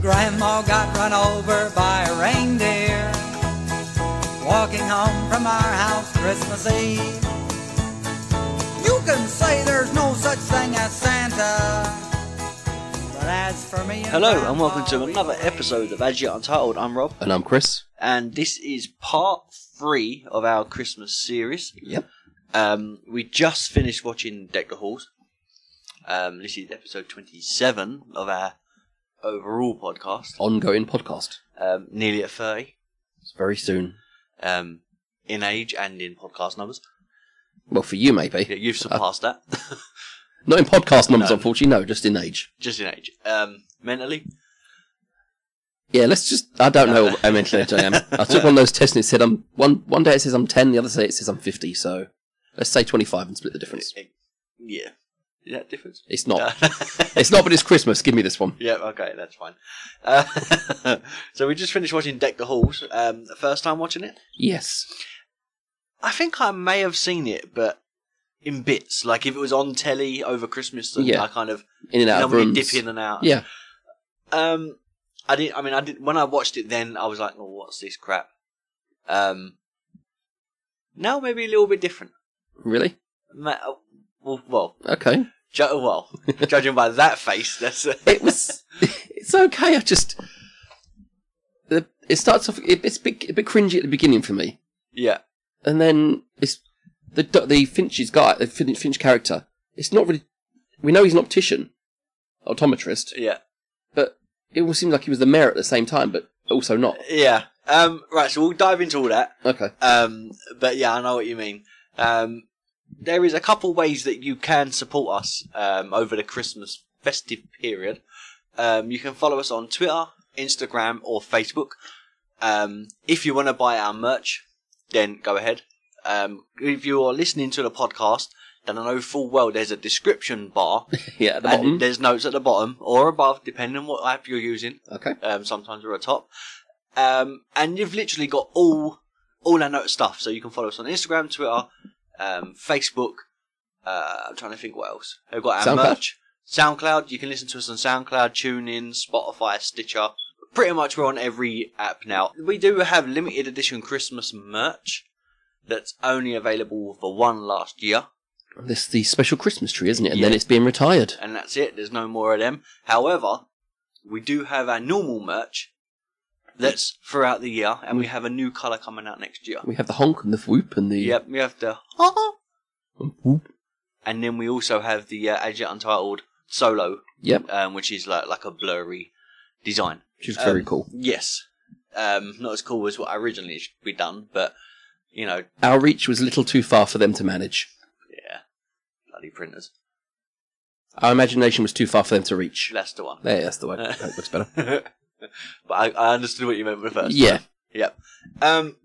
Grandma got run over by a reindeer walking home from our house Christmas Eve. You can say there's no such thing as Santa. But as for me and Hello and welcome to Grandma, we another believe- episode of As Yet Untitled. I'm Rob, And I'm Chris. and this is part three of our Christmas series. Yep. Um, we just finished watching Deck the Halls. Um, this is episode 27 of our overall podcast. Ongoing podcast. Um, nearly at 30 It's very soon. um, in age and in podcast numbers. Well, for you, maybe. Yeah, you've surpassed that, Not in podcast numbers, No. unfortunately. No, just in age. just in age. Um, mentally, Yeah, let's just. I don't know how mentally aged I am. I took one of those tests and it said I'm one. One day it says I'm ten, the other day it says I'm fifty. So let's say twenty-five and split the difference. it- Eh, yeah. Is that difference? It's not. It's not, but it's Christmas. Give me this one. Yeah, okay, that's fine. Uh, so we just finished watching Deck the Halls. Um, first time watching it. Yes. I think I may have seen it, but in bits. Like if it was on telly over Christmas, then Yeah. I kind of In and out of normally rooms. dip in and out. Yeah. Um, I didn't. I mean, I didn't. When I watched it, then I was like, "Oh, what's this crap?" Um, now maybe a little bit different. Really? Ma- uh, Well, well, Okay. ju- uh, well judging by that face, that's. uh, it was it's okay i just the- it starts off it, it's a bit, a bit cringy at the beginning for me yeah, and then it's the do- the finch's guy the Fin- finch character it's not really we know he's an optician optometrist yeah. but it all seems like he was the mayor at the same time but also not Yeah. Um, right, so we'll dive into all that. okay Um, but yeah, I know what you mean. Um, there is a couple ways that you can support us um, over the Christmas festive period. Um, you can follow us on Twitter, Instagram, or Facebook. Um, if you want to buy our merch, then go ahead. Um, if you are listening to the podcast, then I know full well there's a description bar yeah at the and bottom there's notes at the bottom or above, depending on what app you're using okay um, sometimes we're at top. Um, and you've literally got all all our note stuff. So you can follow us on Instagram, Twitter, um, Facebook. Uh, I'm trying to think what else. We've got our SoundCloud? merch, SoundCloud. You can listen to us on SoundCloud, TuneIn, Spotify, Stitcher. Pretty much we're on every app now. We do have limited edition Christmas merch that's only available for one last year. this is the special christmas tree isn't it and then Yeah. it's being retired and that's it. There's no more of them. However, we do have our normal merch that's throughout the year, and we have a new colour coming out next year. we have the honk and the whoop and the Yep, we have the, whoop. and then we also have the uh, As Yet Untitled solo, yep um, which is like like a blurry design. which is very Um, cool Yes, um, not as cool as what originally should be done, but you know, our reach was a little too far for them to manage yeah, bloody printers. Our imagination was too far for them to reach. That's the one. There, that's the Uh, way. That looks better. but I, I understood what you meant with the first. Yeah, Um,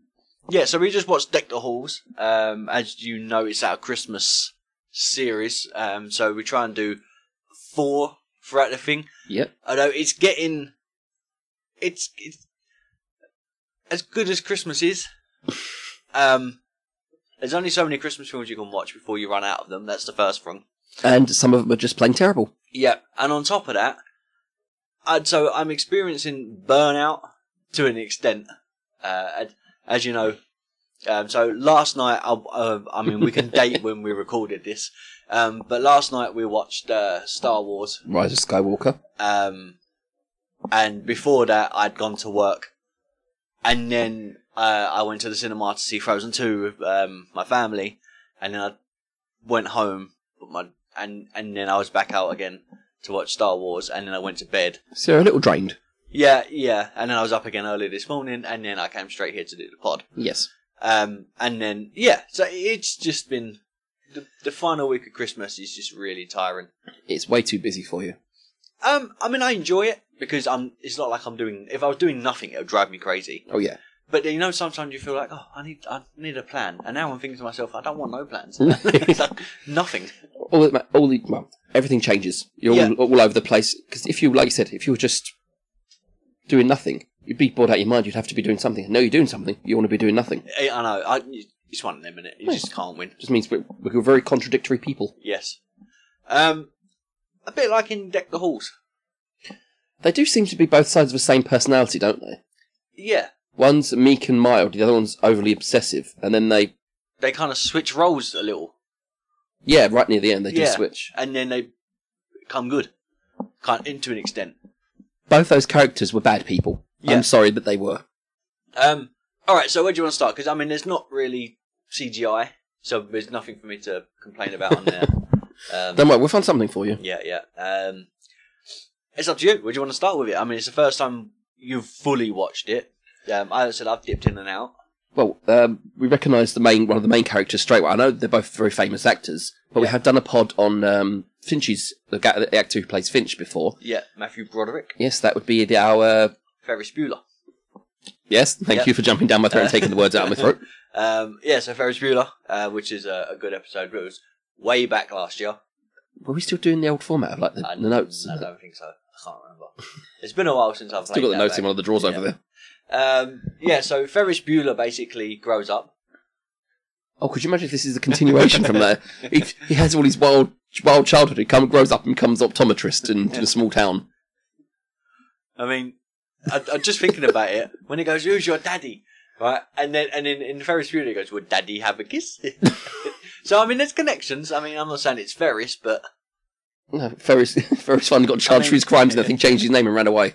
yeah, so we just watched Deck the Halls. Um, as you know, it's our Christmas series. Um, so we try and do four throughout the thing. yeah. Although it's getting, it's, it's as good as Christmas is. Um, there's only so many Christmas films you can watch before you run out of them. That's the first thing. And some of them are just plain terrible. Yep. And on top of that, I'd, so I'm experiencing burnout to an extent. Uh, and- as you know, um, so last night, I, uh, I mean, we can date when we recorded this, um, but last night we watched uh, Star Wars, Rise of Skywalker. um, and before that, I'd gone to work, and then uh, I went to the cinema to see Frozen Two with um, my family, and then I went home, but my and and then I was back out again to watch Star Wars, and then I went to bed. So a little drained. Yeah, yeah, and then I was up again early this morning, and then I came straight here to do the pod. Yes. Um, and then yeah, so it's just been the, the final week of Christmas is just really tiring. It's way too busy for you. Um, I mean, I enjoy it because I'm. It's not like I'm doing. If I was doing nothing, it would drive me crazy. Oh, yeah. But you know, sometimes you feel like, oh, I need, I need a plan. And now I'm thinking to myself, I don't want no plans. It's like, nothing. All the, all the, well, everything changes. You're Yeah. all, all over the place. Because if you, like you said, if you were just doing nothing, you'd be bored out of your mind. You'd have to be doing something. No, you're doing something. You want to be doing nothing. I, I know. I, it's one of them, innit? You just can't win. just means we're, we're very contradictory people. Yes. Um, a bit like in Deck the Halls. They do seem to be both sides of the same personality, don't they? Yeah, One's meek and mild, the other one's overly obsessive, and then they, they kind of switch roles a little, yeah, right near the end they do Yeah. switch. and then they come good, kind into an extent. Both those characters were bad people. Yeah. I'm sorry that they were. Um, all right, so where do you want to start? Because I mean, there's not really CGI, so there's nothing for me to complain about on there. Um, Don't worry, we'll find something for you. Yeah, yeah. Um, it's up to you. Where do you want to start with it? I mean, it's the first time you've fully watched it. Um, I said I've dipped in and out. Well, um, we recognise the main one of the main characters straight away. I know they're both very famous actors, but we Yeah. have done a pod on um, Finch's the, ga- the actor who plays Finch before. Yeah, Matthew Broderick, Yes, that would be the our. uh, Ferris Bueller. Yes, thank Yeah. you for jumping down my throat and Uh, taking the words out of my throat. Um, yeah, so Ferris Bueller, uh, which is a, a good episode, but it was way back last year. Were we still doing the old format of like the, I- the notes? I don't think so. I can't remember. It's been a while since I've Still got played the that notes in back. one of the drawers Yeah. over there. Um, yeah, so Ferris Bueller basically grows up. Oh, could you imagine if this is a continuation from there? He, he has all his wild wild childhood. He come, grows up and becomes optometrist in, in a small town. I mean, I, I'm just thinking about it when he goes, "Who's your daddy?" Right, and then and in, in Ferris Bueller he goes, "Would Daddy have a kiss?" so I mean, there's connections. I mean, I'm not saying it's Ferris, but No, Ferris Ferris Fun got charged mean- for his crimes and I think changed his name and ran away.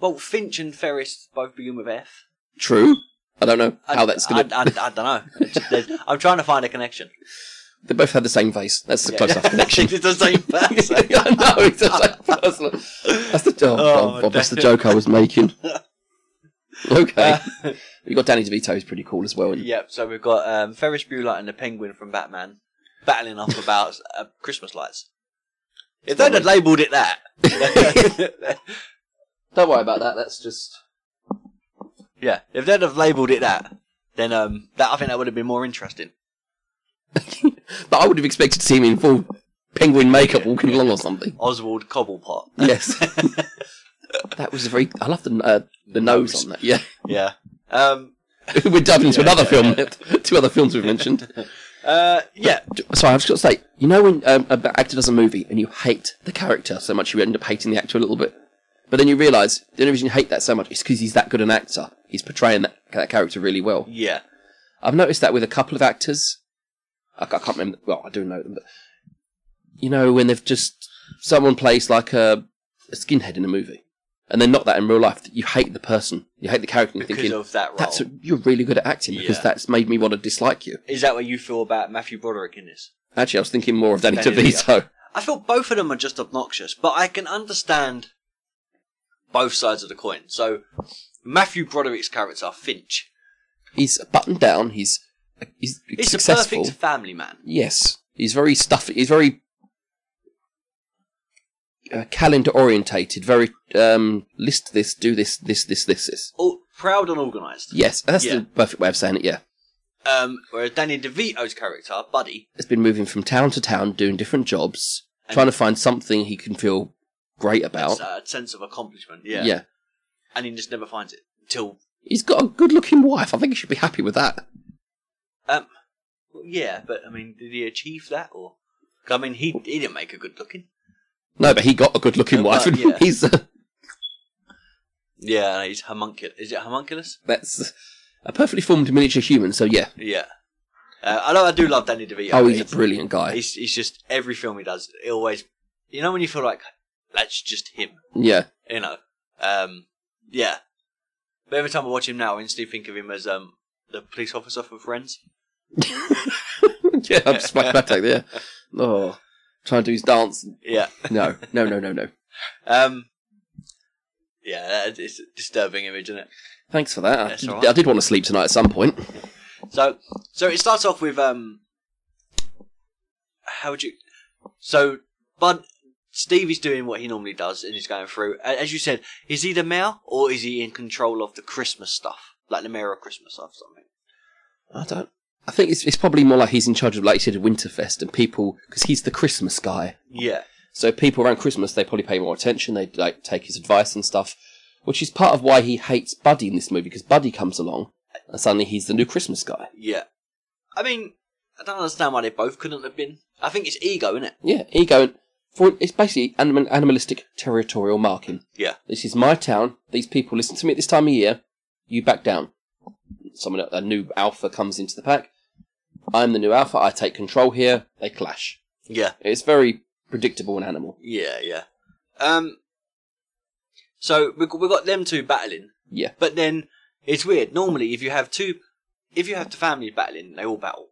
well, Finch and Ferris both begin with F. True. I don't know I- how that's gonna. I, don't know. I'm trying to find a connection. They both had the same face. That's the Yeah. close enough connection. it's the same person. I know it's the same person. That's the oh, Oh, Bob, that's the damn. joke I was making. Okay, Uh, you got Danny DeVito who's pretty cool as well. and- Yep. So we've got um, Ferris Bueller and the Penguin from Batman battling off about uh, Christmas lights. If they'd have labelled it that, Don't worry about that. That's just yeah, if they'd have labelled it that, then um, that I think that would have been more interesting. But I would have expected to see him in full penguin makeup walking along or something. Oswald Cobblepot. Yes. that was a very. I love the uh, the nose, Nose. on that. Yeah, Yeah. Um, we're diving into Yeah, another yeah, film. Two other films we've mentioned. uh, yeah. D- Sorry, I've just got to say, you know when um, an actor does a movie and you hate the character so much, you end up hating the actor a little bit. But then you realise the only reason you hate that so much is because he's that good an actor. He's portraying that, that character really well. Yeah. I've noticed that with a couple of actors. I, ca- I can't remember. Well, I do know them, but you know when they've just someone plays like a, a skinhead in a movie, and they're not that in real life. that You hate the person, you hate the character, and Because you're thinking of that role. that's a, you're really good at acting because Yeah. that's made me want to dislike you. Is that what you feel about Matthew Broderick in this? Actually, I was thinking more of Danny Danny DeVito. I feel both of them are just obnoxious, but I can understand both sides of the coin. So Matthew Broderick's character, Finch, He's buttoned down. He's he's is a successful. perfect family man. Yes, he's very stuffy. He's very uh, calendar orientated. Very um, list this, do this, this, this, this, this. All, proud and organised. Yes, that's Yeah. the perfect way of saying it. Yeah, Um, whereas Danny DeVito's character, Buddy, it's been moving from town to town, doing different jobs, And- trying to find something he can feel great has about. a sense of accomplishment. Yeah. yeah, And he just never finds it. Till, he's got a good-looking wife. I think he should be happy with that. um, well, yeah, but I mean, did he achieve that? Or, 'cause, I mean, he, he didn't make a good looking. No, but he got a good-looking Uh, wife, but, and yeah. he's uh, Yeah, he's homunculus. Is it homunculus? that's a perfectly formed miniature human. So yeah, Yeah. Uh, I know I do love Danny DeVito. oh, but he's a brilliant guy. He's, he's just every film he does, it always, you know, when you feel like that's just him, yeah, you know, um, yeah. But every time I watch him now, I instantly think of him as um the police officer from Friends. yeah, I'm smack back like yeah. Oh, trying to do his dance. Yeah, No, no, no, no, no. um, yeah, that- it's a disturbing image, isn't it? Thanks for that. I, That's did- all right. I did want to sleep tonight at some point. So, so it starts off with um, how would you? So, Bud, Stevie's doing what he normally does, and he's going through. A- As you said, is he the mayor or is he in control of the Christmas stuff, like the mayor of Christmas or something? I don't. I think it's, it's probably more like he's in charge of, like you said, Winterfest and people, because he's the Christmas guy. Yeah, So people around Christmas, they probably pay more attention. They like take his advice and stuff, which is part of why he hates Buddy in this movie because Buddy comes along and suddenly he's the new Christmas guy. yeah. I mean, I don't understand why they both couldn't have been. I think it's ego, isn't it? Yeah, ego. for it's basically anim- animalistic territorial marking. Yeah. This is my town. These people listen to me at this time of year. You back down. Someone, a new alpha comes into the pack. I'm the new alpha. I take control here. They clash. Yeah. It's very predictable and animal. Yeah, yeah. Um, so we've got, we've got them two battling. Yeah. But then it's weird. Normally, if you have two, if you have the families battling, they all battle.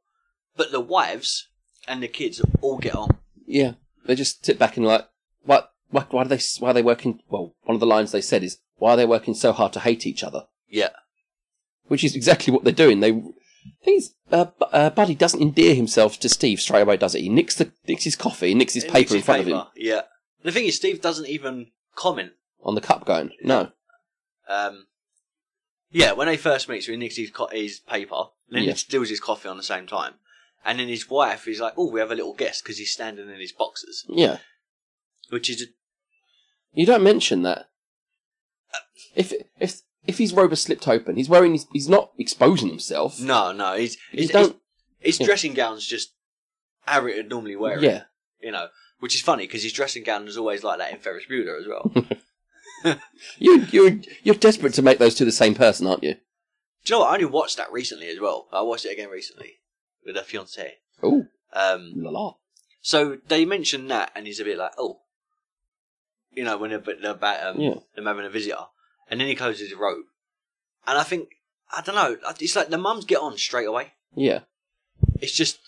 But the wives and the kids all get on. Yeah. They just sit back and like, what? Why, why do they? Why are they working? Well, one of the lines they said is, "Why are they working so hard to hate each other?" Yeah. which is exactly what they're doing. They, I think it's, uh, Bu- uh, Buddy doesn't endear himself to Steve straight away, does it? He nicks the nicks his coffee, he nicks his It paper makes in his front of him paper, Yeah. The thing is, Steve doesn't even comment. on the cup going. No, Um, yeah, when they first meet, so he nicks his, co- his paper, then Yeah. he steals his coffee on the same time. And then his wife is like, oh, we have a little guest because he's standing in his boxes, yeah, which is you don't mention that. Uh, If if if his robe is slipped open, he's wearing his, he's not exposing himself. No, no, he's his, You his, don't- his yeah. dressing gown's just how it would normally wear it, yeah, you know, which is funny because his dressing gown is always like that in Ferris Bueller as well. Do you you you're desperate to make those two the same person, aren't you? you know what? I only watched that recently as well. I watched it again recently with a fiance. Oh, Um, la la. so they mentioned that, and he's a bit like, oh, you know, when they're, but they're about um, Yeah. them having a visitor, and then he closes his robe, and I think I don't know. It's like the mums get on straight away. Yeah, It's just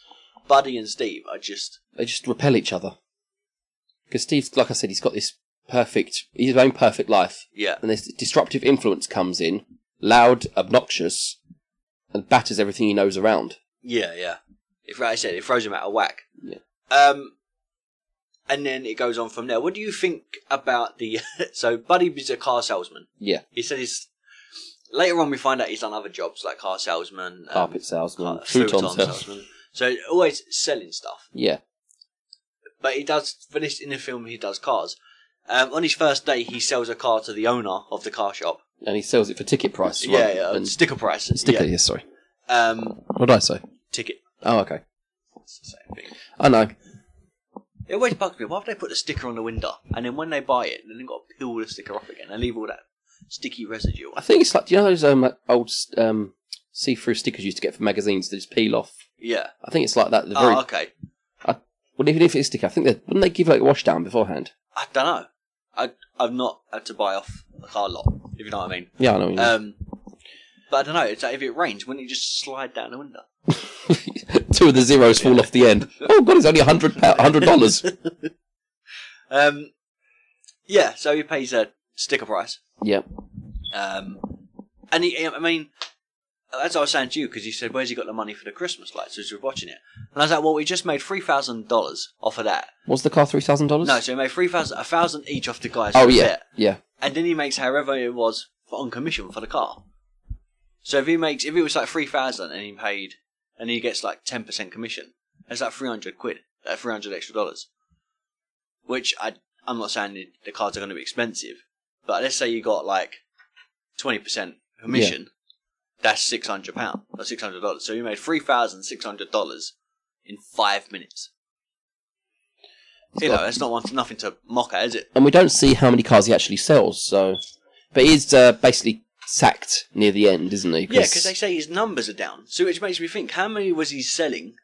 Buddy and Steve are just they just repel each other. Because Steve's, like I said, he's got this perfect, his own perfect life. yeah, and this disruptive influence comes in, loud, obnoxious, and batters everything he knows around. Yeah, yeah. If like I said, it throws him out of whack. Yeah. Um, and then it goes on from there. What do you think about the? so Buddy is a car salesman. Yeah, He said he's. Later on, we find out he's done other jobs like car salesman, um, carpet salesman, car- futon futon salesman. So always selling stuff. Yeah, But he does for this in the film. He does cars. Um, on his first day, he sells a car to the owner of the car shop. and he sells it for ticket price. Right? Yeah, yeah, and sticker price. sticker. Yes, sorry. Yeah. Um, What did I say? ticket. Oh, okay. It's the same thing. I know. It always bugs me. Why have they put the sticker on the window and then when they buy it, then they've got to peel the sticker off again and leave all that sticky residue I on? think it's like do you know those um, like old um, see-through stickers you used to get for magazines that just peel off. Yeah. I think it's like that. The very Oh, okay. well, even if it's sticker, I think they wouldn't they give like a wash down beforehand. I don't know. I I've not had to buy off a car lot, if you know what I mean. Yeah, I know. What you mean. Um, but I don't know. It's like if it rains, wouldn't it just slide down the window? Two of the zeros fall off the end. Oh god, it's only a hundred hundred dollars. Um, yeah. So he pays a sticker price. yeah, Um, and he, I mean, that's what I was saying to you because you said, "Where's he got the money for the Christmas lights?" As we were watching it, and I was like, "Well, we just made three thousand dollars off of that." was the car three thousand dollars? No, so he made three thousand, a thousand each off the guys. Oh for the yeah, set, yeah, and then he makes however it was for, on commission for the car. So if he makes, if it was like three thousand and he paid, and he gets like ten percent commission, that's like three hundred quid, uh, three hundred extra dollars. Which I, I'm not saying the- the cars are going to be expensive, but let's say you got like twenty percent commission. That's six hundred pound, or six hundred dollars. So you made three thousand six hundred dollars in five minutes. You know, that's not one, nothing to mock at, is it? and we don't see how many cars he actually sells. So, but he's uh, basically sacked near the end, isn't he? Yeah, because they say his numbers are down. So which makes me think, how many was he selling?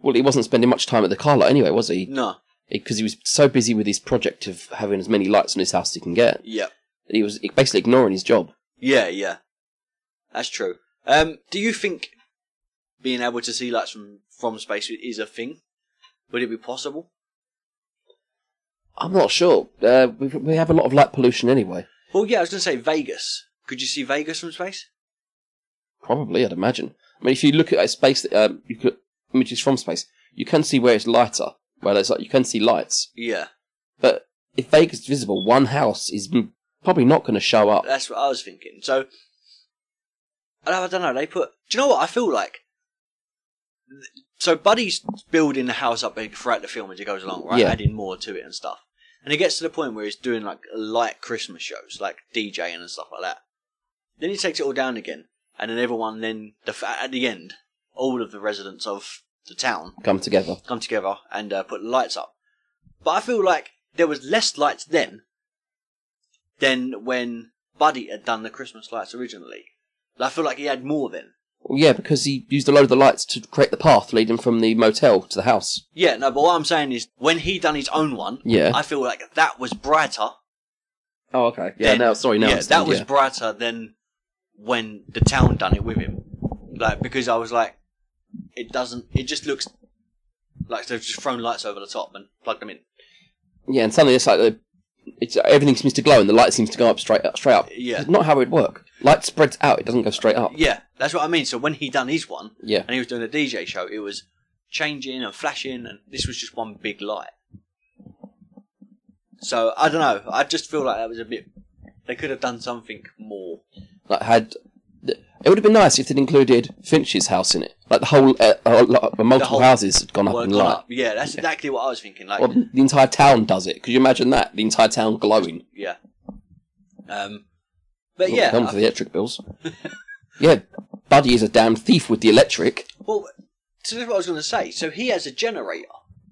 well, he wasn't spending much time at the car lot anyway, was he? No. Because he was so busy with his project of having as many lights on his house as he can get, Yeah. that he was basically ignoring his job. Yeah, yeah. That's true. Um, do you think being able to see lights from, from space is a thing? Would it be possible? I'm not sure. Uh, we, we have a lot of light pollution anyway. Well, yeah, I was going to say Vegas. Could you see Vegas from space? Probably, I'd imagine. I mean, if you look at a space, that, um, you could images from space, you can see where it's lighter, where there's like you can see lights. Yeah. But if Vegas is visible, one house is m- probably not going to show up. That's what I was thinking. So, I don't- I don't know. They put. Do you know what I feel like? So Buddy's building the house up throughout the film as he goes along, right? Yeah. Adding more to it and stuff. And it gets to the point where he's doing like light Christmas shows, like DJing and stuff like that. Then he takes it all down again, and then everyone, then the fa- at the end, all of the residents of the town Come together. come together and uh, put the lights up. But I feel like there was less lights then than when Buddy had done the Christmas lights originally. I feel like he had more then. Well, yeah, because he used a load of the lights to create the path leading from the motel to the house. Yeah, no, but what I'm saying is when he done his own one, Yeah. I feel like that was brighter. Oh, okay. Yeah. than- Now, sorry. Now, I yeah, understand, that was yeah. brighter than when the town done it with him. Like because I was like, it doesn't. It just looks like they've just thrown lights over the top and plugged them in. Yeah, and suddenly it's like the, it's everything seems to glow and the light seems to go up straight up, straight up. Yeah. It's not how it would work. Light spreads out; it doesn't go straight up. Yeah, that's what I mean. So when he done his one Yeah. and he was doing the DJ show, it was changing and flashing, and this was just one big light. So I don't know. I just feel like that was a bit. They could have done something more. Like had, it would have been nice if they'd included Finch's house in it. Like the whole, uh, uh, lo- uh, multiple whole- houses had gone up in Work on light. up. Yeah, that's exactly what I was thinking. Like, Well, the entire town does it. Could you imagine that? The entire town glowing. yeah. Um, but Well, yeah, come I- to the electric bills. yeah, Buddy is a damn thief with the electric. Well, so this is what I was going to say. So he has a generator,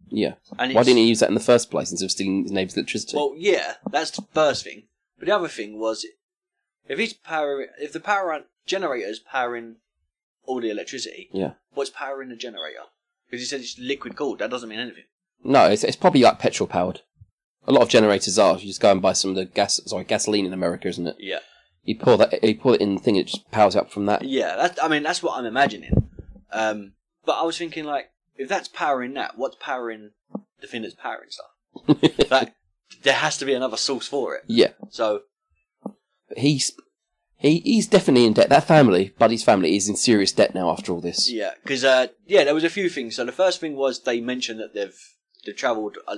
Yeah. and Why it's- didn't he use that in the first place instead of stealing his neighbour's electricity? Well, yeah, that's the first thing. But the other thing was, if he's power, if the power generator is powering all the electricity, yeah. what's powering the generator? Because he said it's liquid cooled. That doesn't mean anything. No, it's, it's probably like petrol powered. A lot of generators are. You just go and buy some of the gas, sorry, gasoline in America, isn't it? Yeah, You pour that, you pour it in the thing, it just powers up from that. yeah. That, I mean, that's what I'm imagining. Um, but I was thinking, like, if that's powering that, what's powering the thing that's powering stuff? like, there has to be another source for it. Yeah, So but he's he he's definitely in debt. That family, Buddy's family, is in serious debt now after all this. Yeah, because uh, yeah, there was a few things. So the first thing was they mentioned that they've they've travelled, uh,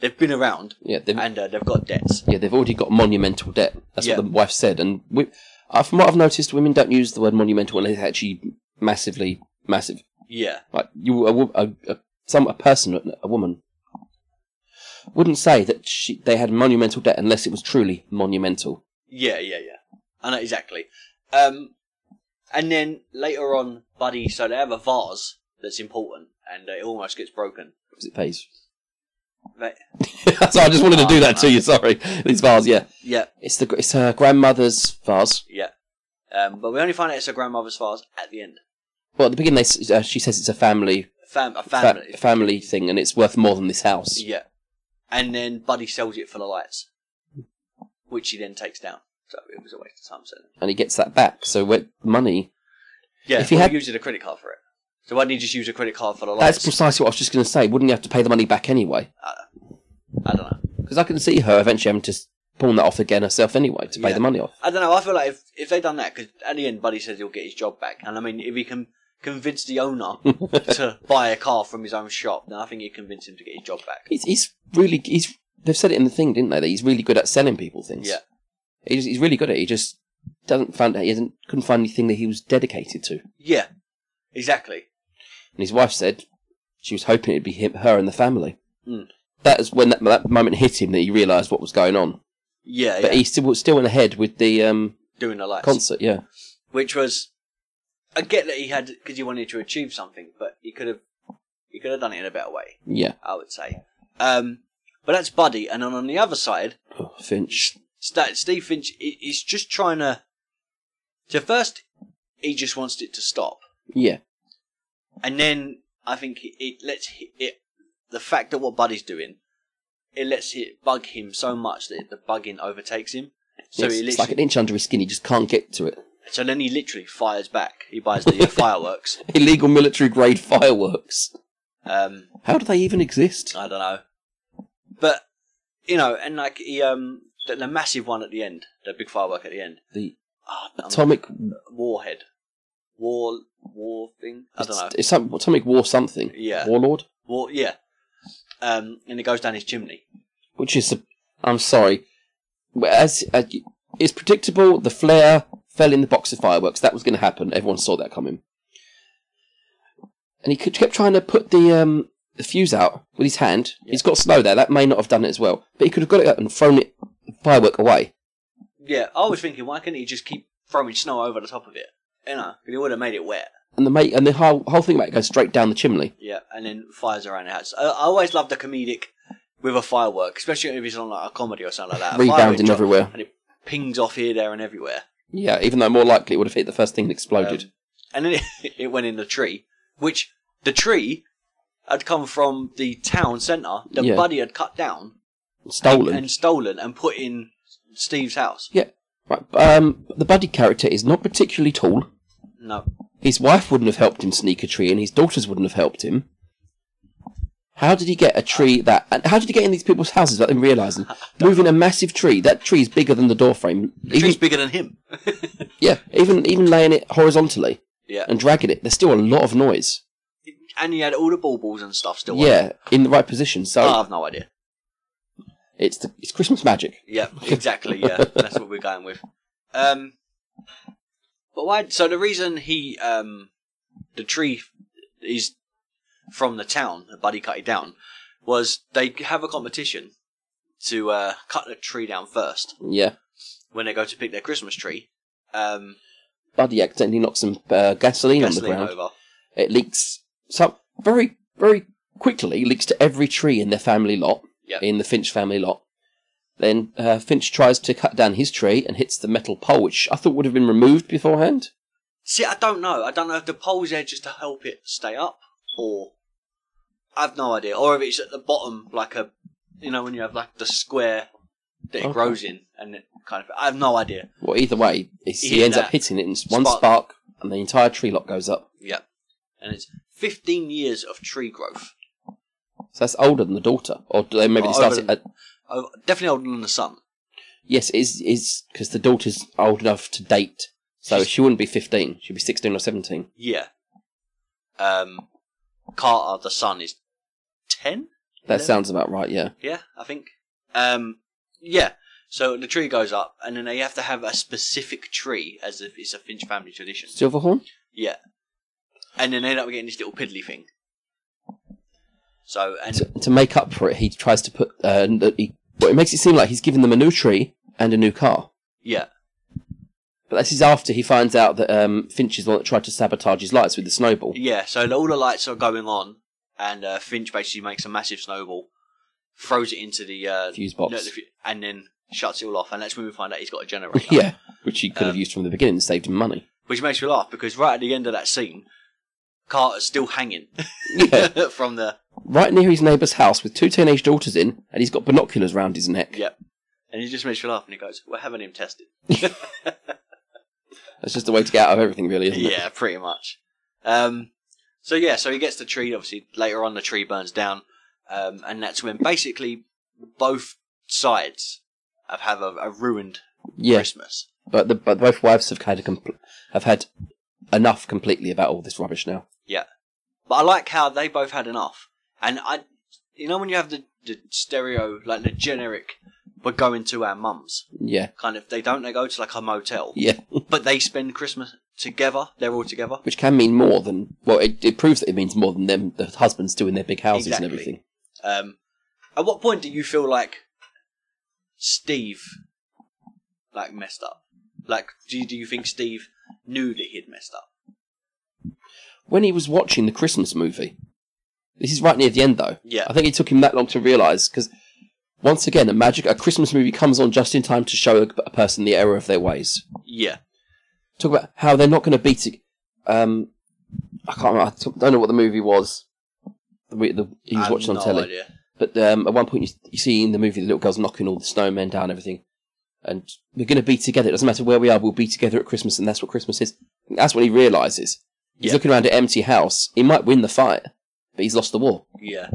they've been around, Yeah, they've, and uh, they've got debts. yeah, they've already got monumental debt. That's Yeah. what the wife said. And we, uh, from what I've noticed, women don't use the word monumental when it's actually massively massive. Yeah, Like you, a, wo- a, a some a person, a woman, wouldn't say that she, they had monumental debt unless it was truly monumental. yeah, yeah, yeah. I know exactly. Um, and then later on, Buddy, so they have a vase that's important, and uh, it almost gets broken. Because it pays. But, so I just wanted to do that to you. Sorry, these vase. Yeah, yeah, it's the it's her grandmother's vase. yeah. Um, but we only find out it's her grandmother's vase at the end. Well, at the beginning, they, s- uh, she says it's a family Fam, a fa- family. family thing, and it's worth more than this house. Yeah. And then Buddy sells it for the lights, which he then takes down. So it was a waste of time selling. And he gets that back. So what money? Yeah, If if you you had- had used a credit card for it, so why didn't you just use a credit card for the lights? That's precisely what I was just going to say. Wouldn't you have to pay the money back anyway? I don't know. Because I can see her eventually having to s- pawn that off again herself anyway to pay Yeah. the money off. I don't know. I feel like if if they done that, because at the end, Buddy says he'll get his job back, and I mean, if he can convince the owner to buy a car from his own shop, then I think you convince him to get his job back. He's, he's really he's they've said it in the thing, didn't they? That he's really good at selling people things. Yeah, he's, he's really good at it. He just doesn't find he hasn't, couldn't find anything that he was dedicated to. And yeah, exactly. his wife said she was hoping it'd be him, her and the family. Mm. That is when that, that moment hit him that he realised what was going on. Yeah, But yeah. he's still still in the head with the um, doing the lights, concert. Yeah, which was, I get that he had because he wanted to achieve something, but he could have he could have done it in a better way. yeah. I would say. Um, but that's Buddy, and then on the other side, Oh, Finch. St- Steve Finch i- is just trying to. So first, he just wants it to stop, Yeah, and then I think it, it lets hi- it. The fact that what Buddy's doing, it lets it bug him so much that the bugging overtakes him. So it's, he it's literally, like an inch under his skin. He just can't get to it. so then he literally fires back. He buys the uh, fireworks. Illegal military grade fireworks. Um, How do they even exist? I don't know, but you know, and like he um, the, the massive one at the end, the big firework at the end. The Ah, I'm- atomic warhead, war war thing. I don't know. It's, it's some atomic war something. Yeah. Warlord, War, yeah. Um, and it goes down his chimney. which is a- I'm sorry. Well, As, as you- it's predictable, the flare fell in the box of fireworks. That was going to happen. Everyone saw that coming. And he could- kept trying to put the um, the fuse out with his hand. He's got slow there. That may not have done it as well, but he could have got it up and thrown it the firework away. Yeah, I was thinking, why couldn't he just keep throwing snow over the top of it? You know, 'cause it would have made it wet. And the mate and the whole whole thing about it goes straight down the chimney. Yeah, and then fires around the house. I, I always love the comedic. with a firework, especially if it's on like a comedy or something like that. A firework Rebounding drop, everywhere. and it pings off here, there, and everywhere. Yeah, even though more likely Oh, it would have hit the first thing and exploded. Um, and then it, it went in the tree, which the tree had come from the town centre. The Yeah. buddy had cut down Um, Stolen. and stolen and put in Steve's house. yeah. Right. Um, the buddy character is not particularly tall. No, His wife wouldn't have helped him sneak a tree, and his daughters wouldn't have helped him. How did he get a tree that? And how did he get in these people's houses without them realizing? Moving a massive tree. That tree is bigger than the door frame. the Even, tree's bigger than him. yeah, even even laying it horizontally yeah, and dragging it, there's still a lot of noise. and he had all the baubles and stuff still. Ah. on. Yeah, in the right position. So I have no idea. it's the, it's Christmas magic. Yeah, exactly. Yeah, that's what we're going with. Um, but why? So the reason he um, the tree is from the town, the buddy cut it down, was they have a competition to uh, cut the tree down first Yeah, when they go to pick their Christmas tree. Um, Buddy accidentally knocks some uh, gasoline, on the gasoline ground. over. It leaks so very very quickly. Leaks to every tree in their family lot. Yep. in the Finch family lot. Then uh, Finch tries to cut down his tree and hits the metal pole, which I thought would have been removed beforehand. See, I don't know. I don't know if the pole's there just to help it stay up, or I've no idea, or if it's at the bottom, like a, you know, when you have like the square that it Okay. grows in, and it kind of. I have no idea. Well, either way, it's, He he hit ends up that hitting it in one spark. spark. and the entire tree lot goes up. Yeah, and it's 15 years of tree growth, So that's older than the daughter, or do they maybe Oh, they started older at. oh, definitely older than the sun. Yes, it is is because the daughter's old enough to date, so She's- she wouldn't be fifteen; she'd be sixteen or seventeen. Yeah. Um, Carter, the sun is 10. That Yeah. sounds about right. Yeah, Yeah, I think. Um, yeah. So the tree goes up, and then they have to have a specific tree, as if it's a Finch family tradition. Silverhorn. Yeah. And then end up getting this little piddly thing. So and To, to make up for it, he tries to put. Uh, he, well, it makes it seem like he's giving them a new tree and a new car. yeah, But this is after he finds out that um, Finch is the one that tried to sabotage his lights with the snowball. yeah. So all the lights are going on, and uh, Finch basically makes a massive snowball, throws it into the uh, Fuse box. no, the fu- and then shuts it all off. And that's when we find out he's got a generator. yeah, which he could have Um, used from the beginning and saved him money. Which makes me laugh because right at the end of that scene, Carter's still hanging Yeah. from the right near his neighbour's house with two teenage daughters in, and he's got binoculars round his neck. Yeah. and he just makes me laugh and he goes, "We're having him tested." That's just the way to get out of everything, really, isn't it? Yeah, pretty much. Um, so yeah, so he gets the tree. Obviously, later on, the tree burns down, um, and that's when basically both sides have have a, a ruined Yeah, Christmas. but the, but both wives have had a compl- have had enough completely about all this rubbish now. But I like how they both had enough, and I, you know, when you have the, the stereo like the generic, we're going to our mums Yeah, kind of. They don't. They go to like a motel, yeah, but they spend Christmas together. They're all together. which can mean more than well, it, it proves that it means more than them the husbands do in their big houses Exactly. and everything. Um, at what point do you feel like Steve like messed up? Like, do you, do you think Steve knew that he'd messed up? When he was watching the Christmas movie, this is right near the end though. Yeah, I think it took him that long to realise because once again, a magic a Christmas movie comes on just in time to show a, a person the error of their ways. yeah, Talk about how they're not going to beat it. Um, I can't. Remember, I t- don't know what the movie was. The, we- the, he I was have watching on no telly, idea. but um, at one point you, you see in the movie the little girls knocking all the snowmen down, and everything, and we're going to be together. It doesn't matter where we are. We'll be together at Christmas, and that's what Christmas is. And that's when he realizes he's Yeah. looking around at an empty house. He might win the fight, but he's lost the war. Yeah.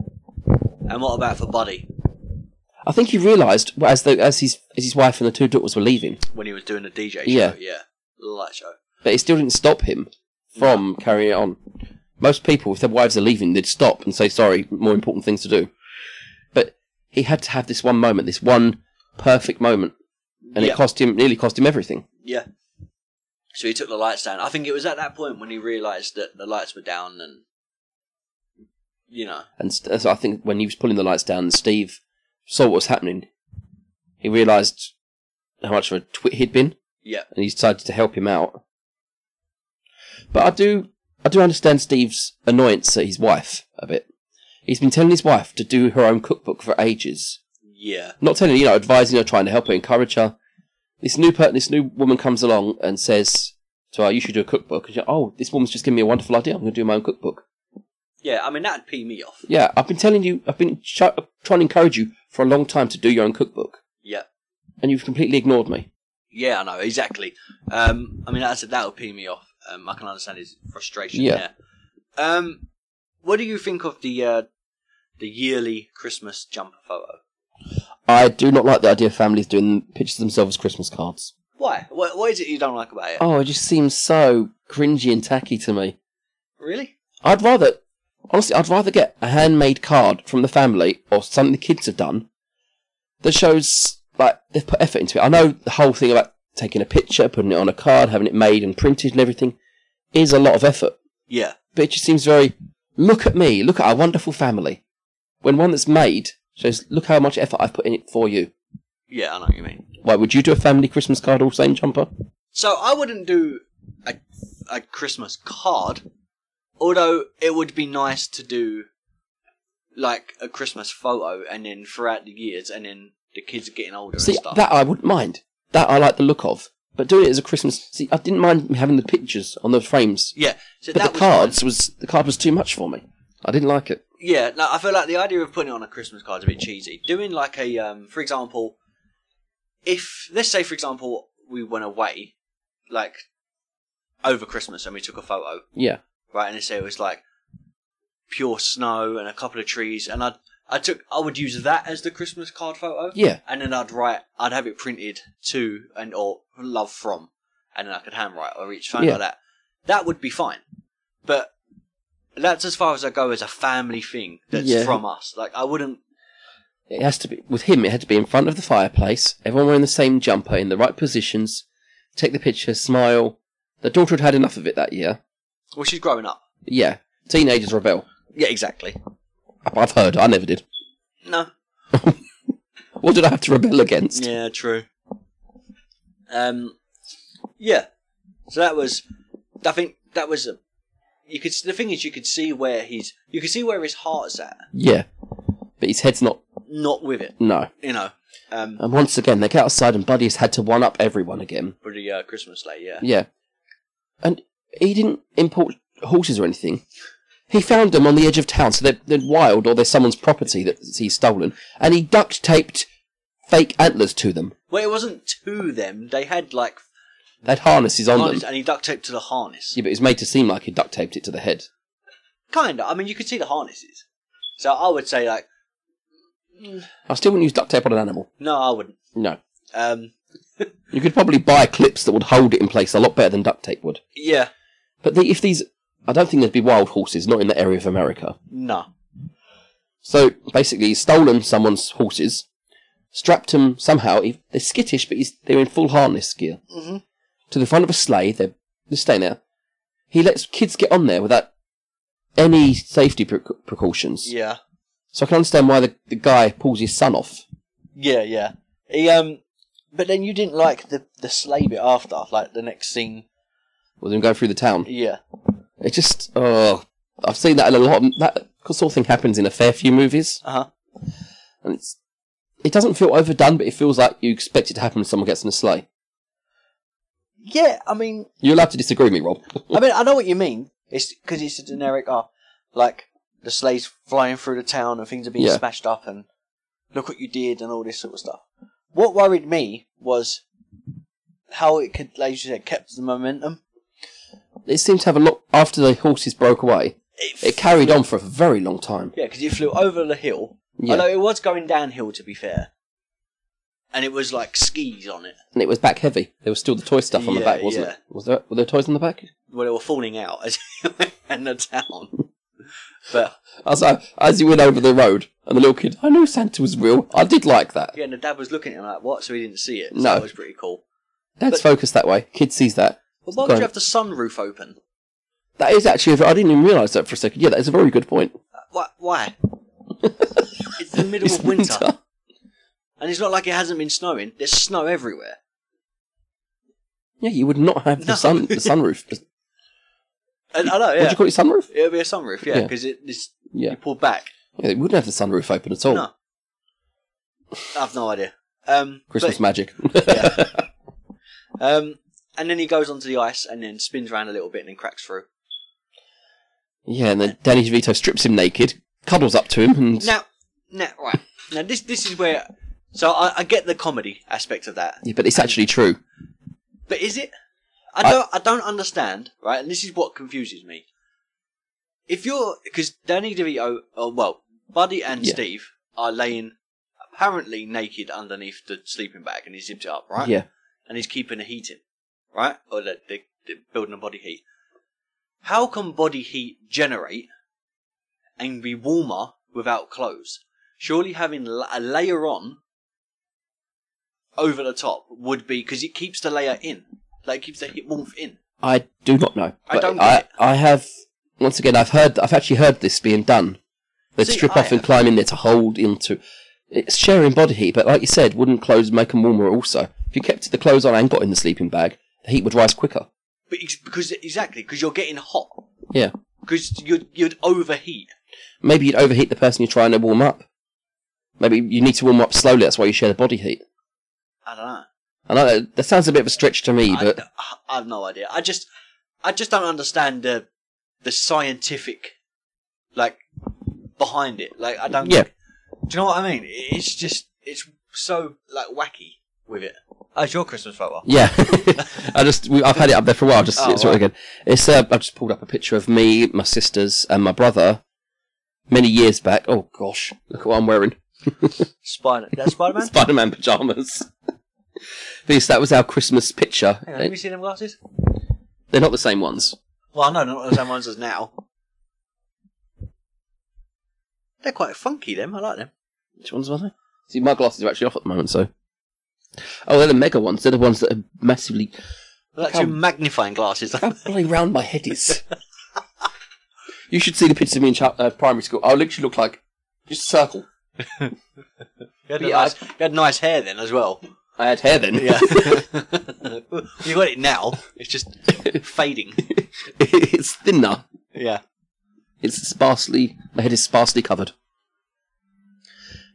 And what about for Buddy I think he realised well, as the, as his as his wife and the two daughters were leaving, when he was doing the DJ show? Yeah. yeah, light show. but it still didn't stop him from carrying it on. Most people, if their wives are leaving, they'd stop and say sorry. More important things to do. But he had to have this one moment, this one perfect moment, and yeah. it cost him nearly cost him everything. yeah. So he took the lights down. I think it was at that point when he realised that the lights were down, and you know, And st- uh, so I think when he was pulling the lights down, and Steve saw what was happening. He realised how much of a twit he'd been, yeah, and he decided to help him out. But I do, I do understand Steve's annoyance at his wife a bit He's been telling his wife to do her own cookbook for ages. Yeah. Not telling her, you know, advising her, trying to help her, encourage her. This new per- this new woman comes along and says to her, "You should do a cookbook." And she's like, "Oh, this woman's just given me a wonderful idea. I'm going to do my own cookbook." Yeah, I mean, that'd pee me off. Yeah, I've been telling you, I've been ch- trying to encourage you for a long time to do your own cookbook, Yeah. and you've completely ignored me. Yeah, I know, exactly. Um, I mean, that's, that would pee me off. Um, I can understand his frustration Yeah. there. Um, what do you think of the uh, the yearly Christmas jumper photo? I do not like the idea of families doing pictures of themselves as Christmas cards. Why? What, what is it you don't like about it? Oh, it just seems so cringy and tacky to me. Really? I'd rather, honestly, I'd rather get a handmade card from the family or something the kids have done that shows like they've put effort into it. I know the whole thing about taking a picture, putting it on a card, having it made and printed and everything is a lot of effort, Yeah. but it just seems very look at me, look at our wonderful family. When one that's made shows look how much effort I've put in it for you. Yeah, I know what you mean. Why would you do a family Christmas card all same jumper? So I wouldn't do a, a Christmas card, although it would be nice to do like a Christmas photo and then throughout the years and then the kids are getting older See, and stuff. that I wouldn't mind. That I like the look of. But doing it as a Christmas, see, I didn't mind having the pictures on the frames. yeah. So But that was the cards was the card was too much for me. I didn't like it. Yeah, no, I feel like the idea of putting it on a Christmas card is a bit cheesy. Doing like a, um, for example, if let's say for example we went away, like over Christmas and we took a photo, Yeah, right? And let's say it was like pure snow and a couple of trees, and I'd I took I would use that as the Christmas card photo, yeah, and then I'd write I'd have it printed to and or love from, and then I could handwrite or each phone Yeah. like that. That would be fine, but that's as far as I go as a family thing that's Yeah. from us. Like I wouldn't. it has to be with him. It had to be in front of the fireplace. Everyone wearing the same jumper in the right positions. Take the picture, smile. The daughter had had enough of it that year. Well, she's growing up. Yeah, teenagers rebel. Yeah, exactly. I've heard. I never did. No. What did I have to rebel against? Yeah, true. Um, yeah. So that was. I think that was. A, you could. The thing is, you could see where he's. You could see where his heart's at. Yeah, but his head's not. Not with it, No. you know. Um, And once again, they get outside, and Buddy's had to one up everyone again. for the uh, Christmas day, yeah. Yeah. And he didn't import horses or anything. He found them on the edge of town, so they're, they're wild or they're someone's property that he's stolen. And he duct taped fake antlers to them. Well, it wasn't to them. They had like They had harnesses on harness, them. and he duct taped to the harness. Yeah, but it was made to seem like he duct taped it to the head. Kinda. I mean, you could see the harnesses. So I would say like, I still wouldn't use duct tape on an animal. no, I wouldn't. No. Um, You could probably buy clips that would hold it in place a lot better than duct tape would. yeah, But the, if these. I don't think there'd be wild horses, not in the area of America. no, So basically, he's stolen someone's horses, strapped them somehow. He, they're skittish, but he's, they're in full harness gear. Mhm. To the front of a sleigh, they're just staying there. He lets kids get on there without any safety prec- precautions. yeah, So I can understand why the, the guy pulls his son off. yeah, yeah. He, um, but then you didn't like the the sleigh bit after, like the next scene. with him going through the town. Yeah, It just, oh, I've seen that in a lot. Of, that sort of thing happens in a fair few movies, uh huh. and it's it doesn't feel overdone, but it feels like you expect it to happen when someone gets in a sleigh. Yeah, I mean, You're allowed to disagree with me, Rob. I mean, I know what you mean. It's because it's a generic, uh, like the sleighs flying through the town and things are being Yeah. smashed up and look what you did and all this sort of stuff. What worried me was how it could, like you said, kept the momentum. it seemed to have a lot after the horses broke away. It carried on for a very long time. Yeah, because it flew over the hill. Yeah. Although it was going downhill, to be fair. And it was like skis on it. And it was back heavy. There was still the toy stuff on the Yeah, back, wasn't yeah. it? Was there were there toys on the back? Well, they were falling out as it went in the town. But As I, as you went over the road and the little kid, I knew Santa was real. I did like that. yeah, and the dad was looking at him like, what? So he didn't see it. So No. That was pretty cool. But- Dad's focused that way. Kid sees that. But why Go would on. you have the sunroof open? That is actually. a ve- I didn't even realise that for a second. Yeah, that is a very good point. Why? why? it's the middle It's of winter, and it's not like it hasn't been snowing. There's snow everywhere. Yeah, you would not have the No. sun the sunroof. And I know, What do yeah. you call it? Sunroof? It'll be a sunroof, yeah, Yeah. because it, it's Yeah. you pull back. Yeah, they wouldn't have the sunroof open at all. No. I've no idea. Um, Christmas magic. Yeah. but- um, and then he goes onto the ice and then spins around a little bit and then cracks through. yeah, and then Danny DeVito strips him naked, cuddles up to him, and Now, now, right. Now this this is where. So I, I get the comedy aspect of that, yeah, but it's actually true. but is it? I I- don't. I, don't understand. Right, and this is what confuses me. If you're because Danny DeVito, oh, well, Buddy and Yeah. Steve are laying apparently naked underneath the sleeping bag, and he zips it up, right? Yeah, and he's keeping the heat in, right? Or the, the, the building the body heat. How can body heat generate and be warmer without clothes? Surely having la- a layer on over the top would be because it keeps the layer in, like it keeps the heat warmth in. I do not know. I But don't I, get it. I have once again. I've heard. I've actually heard this being done. They See, strip I off and have. climb in there to hold into. It's sharing body heat, but like you said, wouldn't clothes make them warmer? Also, if you kept the clothes on and got in the sleeping bag, the heat would rise quicker. But it's because exactly because you're getting hot Yeah, because you'd you'd overheat. maybe you'd overheat the person you're trying to warm up. Maybe you need to warm up slowly. That's why you share the body heat. I don't know. I know that, that sounds a bit of a stretch to me, I, but d- I have no idea. I just, I just don't understand the, the scientific, like, behind it. Like, I don't. Yeah. Do you know what I mean? It's just, it's so like wacky with it. Oh, it's your Christmas photo. Yeah, I just we, I've had it up there for a while. Just Oh, it's right. right. again. It's uh, I've just pulled up a picture of me, my sisters, and my brother many years back. Oh gosh, look at what I'm wearing: Spider. That's Spider Man. Spider-Man pajamas. but yes, that was our Christmas picture. Hang on, have you seen them glasses? They're not the same ones. Well, I know they're not the same ones as now. They're quite funky. Them, I like them. Which ones were they? See, my glasses are actually off at the moment, so. Oh, they're the mega ones. They're the ones that are massively They're like How- two magnifying glasses. how bloody round my head is. you should see the pictures of me in chi- uh, primary school. I literally look like just a circle. You had, a Yeah, nice, you had nice hair then as well. I had hair then. Yeah. you got it now. It's just fading. it's thinner. Yeah. It's sparsely. My head is sparsely covered.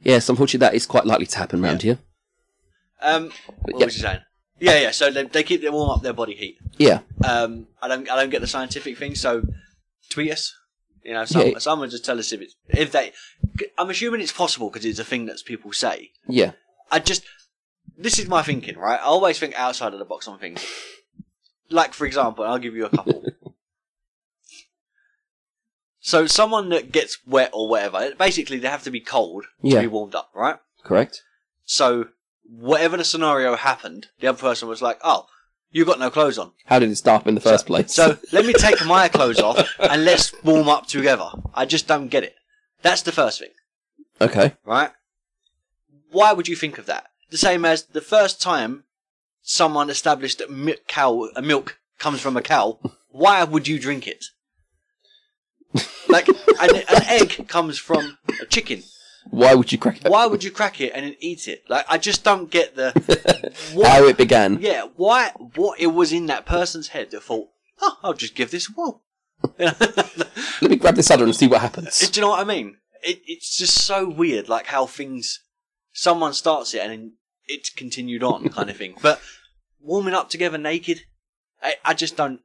Yes, unfortunately, that is quite likely to happen round here. Um. What yeah. was you saying? Yeah, yeah. So they, they keep they warm up their body heat. Yeah, Um. I don't I don't get the scientific thing. So tweet us. You know, some, Yeah. someone just tell us if it's if they. I'm assuming it's possible because it's a thing that people say. yeah, I just this is my thinking, right? I always think outside of the box on things. Like for example, I'll give you a couple. so someone that gets wet or whatever, basically they have to be cold Yeah. to be warmed up, right? correct. So whatever the scenario happened, the other person was like, "Oh, you got no clothes on." How did it start up in the first place? So let me take my clothes off and let's warm up together. I just don't get it. That's the first thing okay, right? Why would you think of that? The same as the first time someone established that milk cow a milk comes from a cow, why would you drink it? Like an, an egg comes from a chicken. why would you crack? Why would you crack it and then eat it? Like I just don't get the How why. it began? Yeah, why? What it was in that person's head that thought, oh, I'll just give this a whirl. Let me grab this udder and see what happens. It- do you know what I mean? It, it's just so weird, like how things. Someone starts it and then it's continued on, kind of thing. But warming up together naked, I, I just don't.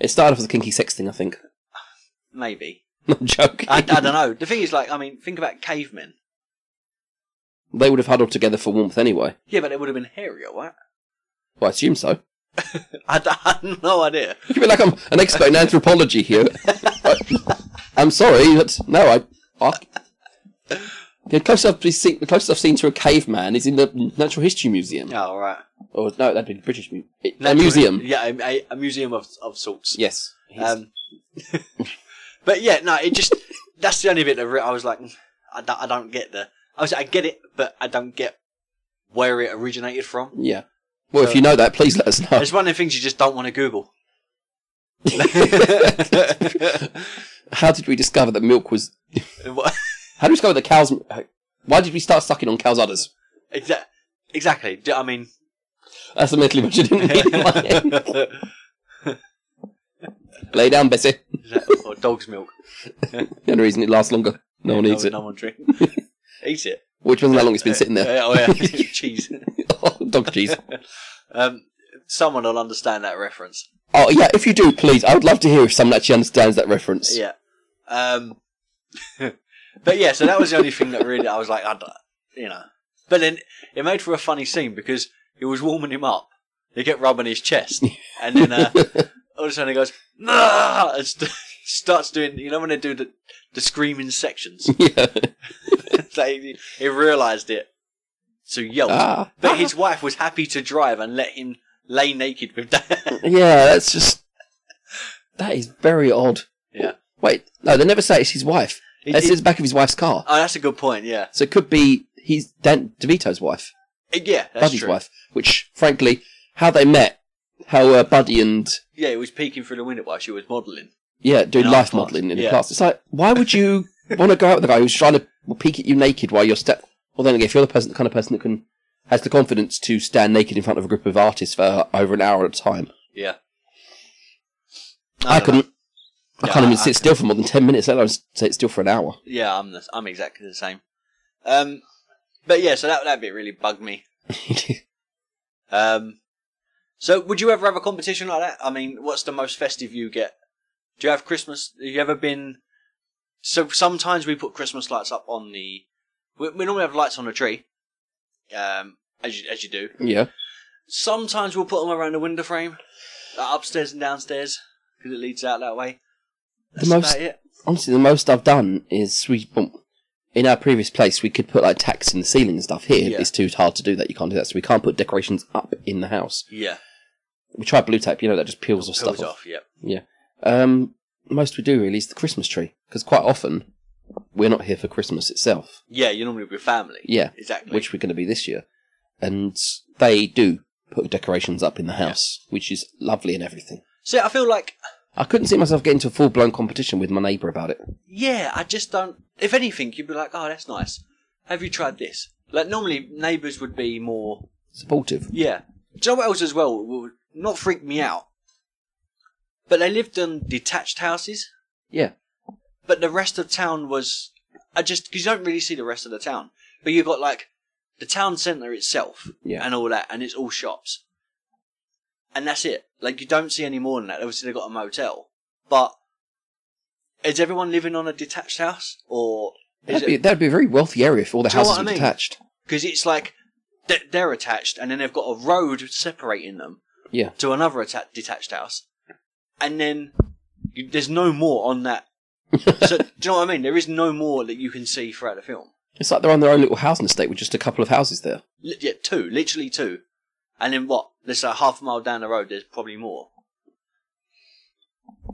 It started off as a kinky sex thing, I think. Maybe Not joking. I, I don't know. The thing is, like, I mean, think about cavemen. They would have huddled together for warmth anyway. Yeah, but they would have been hairier, right? Well, I assume so. I, d- I have no idea. You feel like I'm an expert in anthropology here. I- I'm sorry, but no, I. I the closest I've been seen, the closest I've seen to a caveman is in the Natural History Museum. Oh, all right. Or no, that'd be the British Museum. A Naturally- museum. Yeah, a, a, a museum of of sorts. Yes. Um, Um, but yeah, no, it just that's the only bit of it I was like, mm, I don't, I don't get the. I was I get it, but I don't get where it originated from. yeah. Well, if you know that, please let us know. It's one of the things you just don't want to Google. How did we discover that milk was? What- How did we discover that cows? Why did we start sucking on cows' udders? Exa- exactly. Do- I mean, That's a mental image I didn't need in my head. Is Lay down, Bessie. that- or dog's milk. The only reason it lasts longer. No one eats it. No one drinks. Eat it. Which wasn't that long it's been Uh, sitting there. yeah, oh yeah, cheese. Oh, Dog cheese. Um, someone will understand that reference. Oh yeah, if you do, please. I would love to hear if someone actually understands that reference. Yeah. Um, but yeah, so that was the only thing that really I was like, I don't, you know. But then it made for a funny scene because he was warming him up. He kept rubbing his chest, and then uh, all of a sudden he goes, "Nah!" and st- starts doing. You know when they do the the screaming sections, yeah. they, he, realised it, so yelled. Ah. But his wife was happy to drive and let him lay naked with that. Yeah, that's just that is very odd. Yeah. Wait, no, they never say it's his wife. He- That's he- in the back of his wife's car. oh, that's a good point. Yeah, Uh, So it could be he's Dan DeVito's wife, yeah, that's Buddy's true. wife. Which, frankly, how they met, how uh, Buddy and Yeah, he was peeking through the window while she was modelling. yeah doing In art life class, modelling in yeah. class. It's like, why would you want to go out with a guy who's trying to peek at you naked while you're step? Well, then again, if you're the person, the kind of person that can has the confidence to stand naked in front of a group of artists for over an hour at a time, Yeah. I, don't couldn't. know. I Yeah, can't even I- sit still for more than ten minutes. Let alone sit still for an hour. Yeah, I'm the, I'm exactly the same. Um, but yeah, so that that bit really bugged me. Um, so would you ever have a competition like that? I mean, what's the most festive you get? Do you have Christmas? Have you ever been? So sometimes we put Christmas lights up on the. We, we normally have lights on the tree, um, as you as you do. yeah, Sometimes we'll put them around the window frame, like upstairs and downstairs, because it leads out that way. That's most- about it. honestly, the most I've done is we well, in our previous place we could put like tacks in the ceiling and stuff. Here, Yeah. it's too hard to do that. You can't do that, so we can't put decorations up in the house. Yeah, We tried blue tape, you know, that just peels off peels stuff off. off. Yeah, Um, most we do really is the Christmas tree because quite often we're not here for Christmas itself, yeah. You're normally with family. Yeah, exactly. which we're going to be this year, and they do put decorations up in the house, which is lovely and everything. See, I feel like I couldn't see myself getting into a full blown competition with my neighbour about it. yeah, I just don't. If anything, you'd be like, oh, that's nice. Have you tried this? Like normally, neighbours would be more. Supportive. Yeah. Do you know what else as well would not freak me out? But they lived in detached houses. Yeah. But the rest of town was, I just because you don't really see the rest of the town. But you got like the town centre itself, Yeah. and all that, and it's all shops, and that's it. Like you don't see any more than that. Obviously, they got a motel, but is everyone living on a detached house or is That'd be, that'd be a very wealthy area if all the Do you know houses what I were mean? detached. because it's like they- they're attached and then they've got a road separating them Yeah. to another atta- detached house and then you, there's no more on that so do you know what i mean there is no more that you can see throughout the film It's like they're on their own little housing estate with just a couple of houses there. Li- yeah two literally two and then what there's a half a mile down the road there's probably more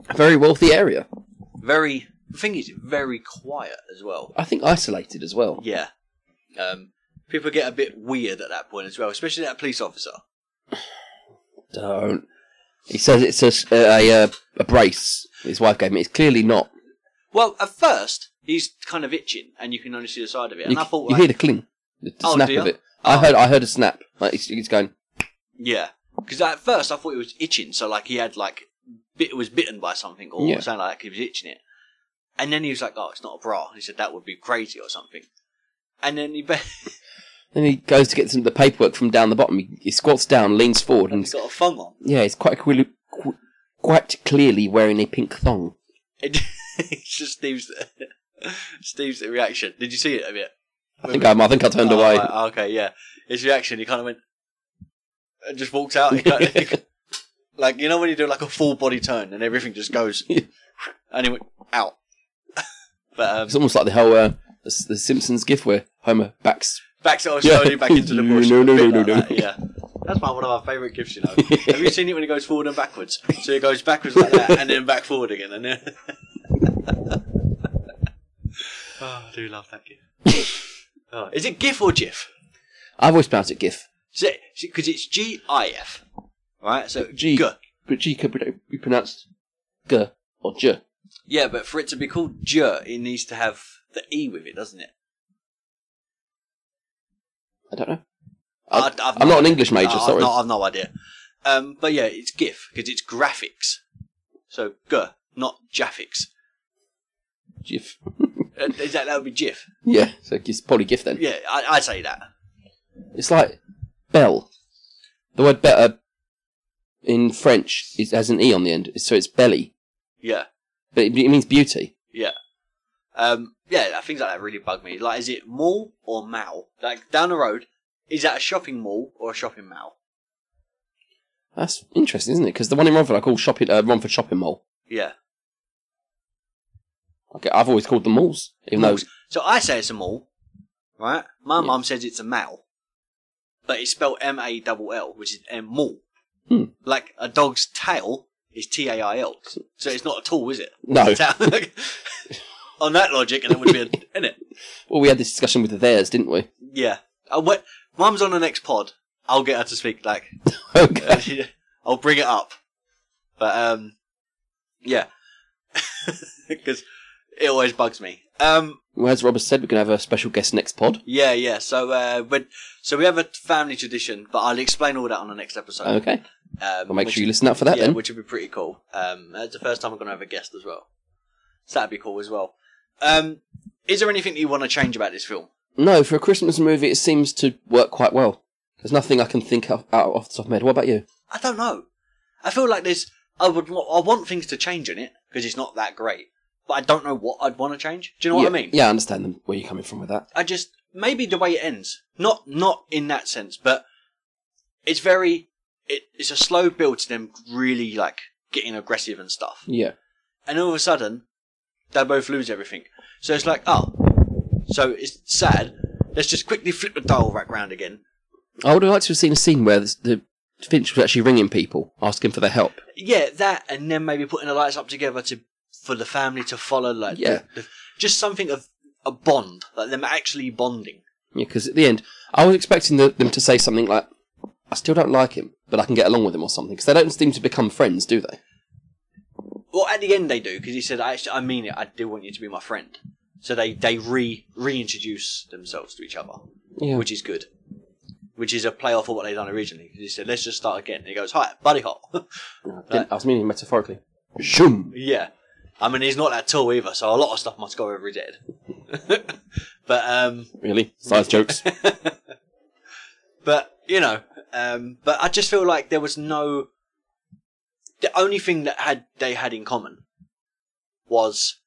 A very wealthy area. very the thing is very quiet as well I think isolated as well. yeah um people get a bit weird at that point as well especially that police officer Don't. He says it's a, s- a, a, uh, a brace his wife gave me. It's clearly not. well at first he's kind of itching and you can only see the side of it and you, i thought you like, hear the cling, the, the Oh, snap do you? of it. I heard, I heard a snap. Like it's, it's going. Yeah, because at first I thought he was itching, so like he had like bit was bitten by something or Yeah. something like that. 'cause He was itching it, and then he was like, "Oh, it's not a bra." He said that would be crazy or something, and then he be- Then he goes to get some of the paperwork from down the bottom. He, he squats down, leans forward, and he's got a thong on. yeah, he's quite clearly, qu- quite clearly wearing a pink thong. It- it's just Steve's Steve's reaction. Did you see it a bit? I think I, I think I turned Oh, away. right, okay, yeah, his reaction. He kind of went and just walked out. He kinda- like you know when you do like a full body turn and everything just goes, Yeah. and he went out. but um, It's almost like the whole uh, the, S- the Simpsons gif where Homer backs. backs it all Yeah. slowly back into the bush. No, no, A bit no, like no, that, Yeah, that's my, one of my favourite gifts. You know, have you seen it when it goes forward and backwards? So it goes backwards like that, and then back forward again, and then. oh, I do love that gif. Oh, is it gif or gif? I've always pronounced it gif, Because it's G I F, right? So G. G. but G could be- be pronounced g or j. Yeah, but for it to be called J, it needs to have the E with it, doesn't it? I don't know. I- I, Uh, I've uh, am no not an idea. English major. No, sorry. I've no, I've no idea. Um, but yeah, it's GIF because it's graphics. So G, not Jaffix. Gif. Uh, Is that that would be GIF? Yeah, so it's probably GIF then. Yeah, I, I'd say that. It's like bell. The word better in French is has an e on the end, so it's belly, Yeah, but it, it means beauty. yeah, um, yeah. Things like that really bug me. Like, is it mall or mall? Like down the road, is that a shopping mall or a shopping mall? That's interesting, isn't it? Because the one in Romford I call shopping uh, Romford Shopping Mall. Yeah. Okay, I've always called them malls, even though Malls. So I say it's a mall, right? My Yeah. mum says it's a mall, but it's spelled M A double L, which is M mall. Hmm. Like a dog's tail is T A I L, so it's not a tool, is it? No. It's a tail. On that logic, and it would be a, in it. well we had this discussion with the theirs, didn't we? Yeah. I went, Mum's on the next pod. I'll get her to speak. Like, okay. I'll bring it up. But um, yeah, because it always bugs me. Um, Well, as Robert said, we're gonna have a special guest next pod. yeah, yeah. So uh, but so we have a family tradition, but I'll explain all that on the next episode. Okay, Um, well make which- sure you listen out for that yeah, then. which would be pretty cool. Um, that's the first time I'm going to have a guest as well, so that'd be cool as well. Um, is there anything that you want to change about this film? No, for a Christmas movie, it seems to work quite well. There's nothing I can think of out off the top of my head. What about you? I don't know. I feel like there's. I would. wa- I want things to change in it because it's not that great. But I don't know what I'd want to change. Do you know yeah, what I mean? Yeah, I understand them, where you're coming from with that. I just maybe the way it ends. Not not in that sense, but it's very. It, it's a slow build to them really like getting aggressive and stuff. Yeah. And all of a sudden, they both lose everything. So it's like, oh, so it's sad. Let's just quickly flip the dial back round again. I would have liked to have seen a scene where the, the Finch was actually ringing people, asking for their help. yeah, that, and then maybe putting the lights up together to for the family to follow, like Yeah. the, the, just something of a bond, like them actually bonding. Yeah, because at the end, I was expecting the, them to say something like, I still don't like him, but I can get along with him or something. Because they don't seem to become friends, do they? Well, at the end they do because he said, "I actually, I mean it. I do want you to be my friend." So they they re reintroduce themselves to each other, Yeah. which is good, which is a play off of what they done originally. 'Cause he said, "Let's just start again." And he goes, "Hi, buddy, hop." I was meaning metaphorically. Shoom! Yeah. I mean, he's not that tall either, so a lot of stuff must go over his head. but, um, Really? Size jokes. but, you know, um, but I just feel like there was no, the only thing that had, they had in common was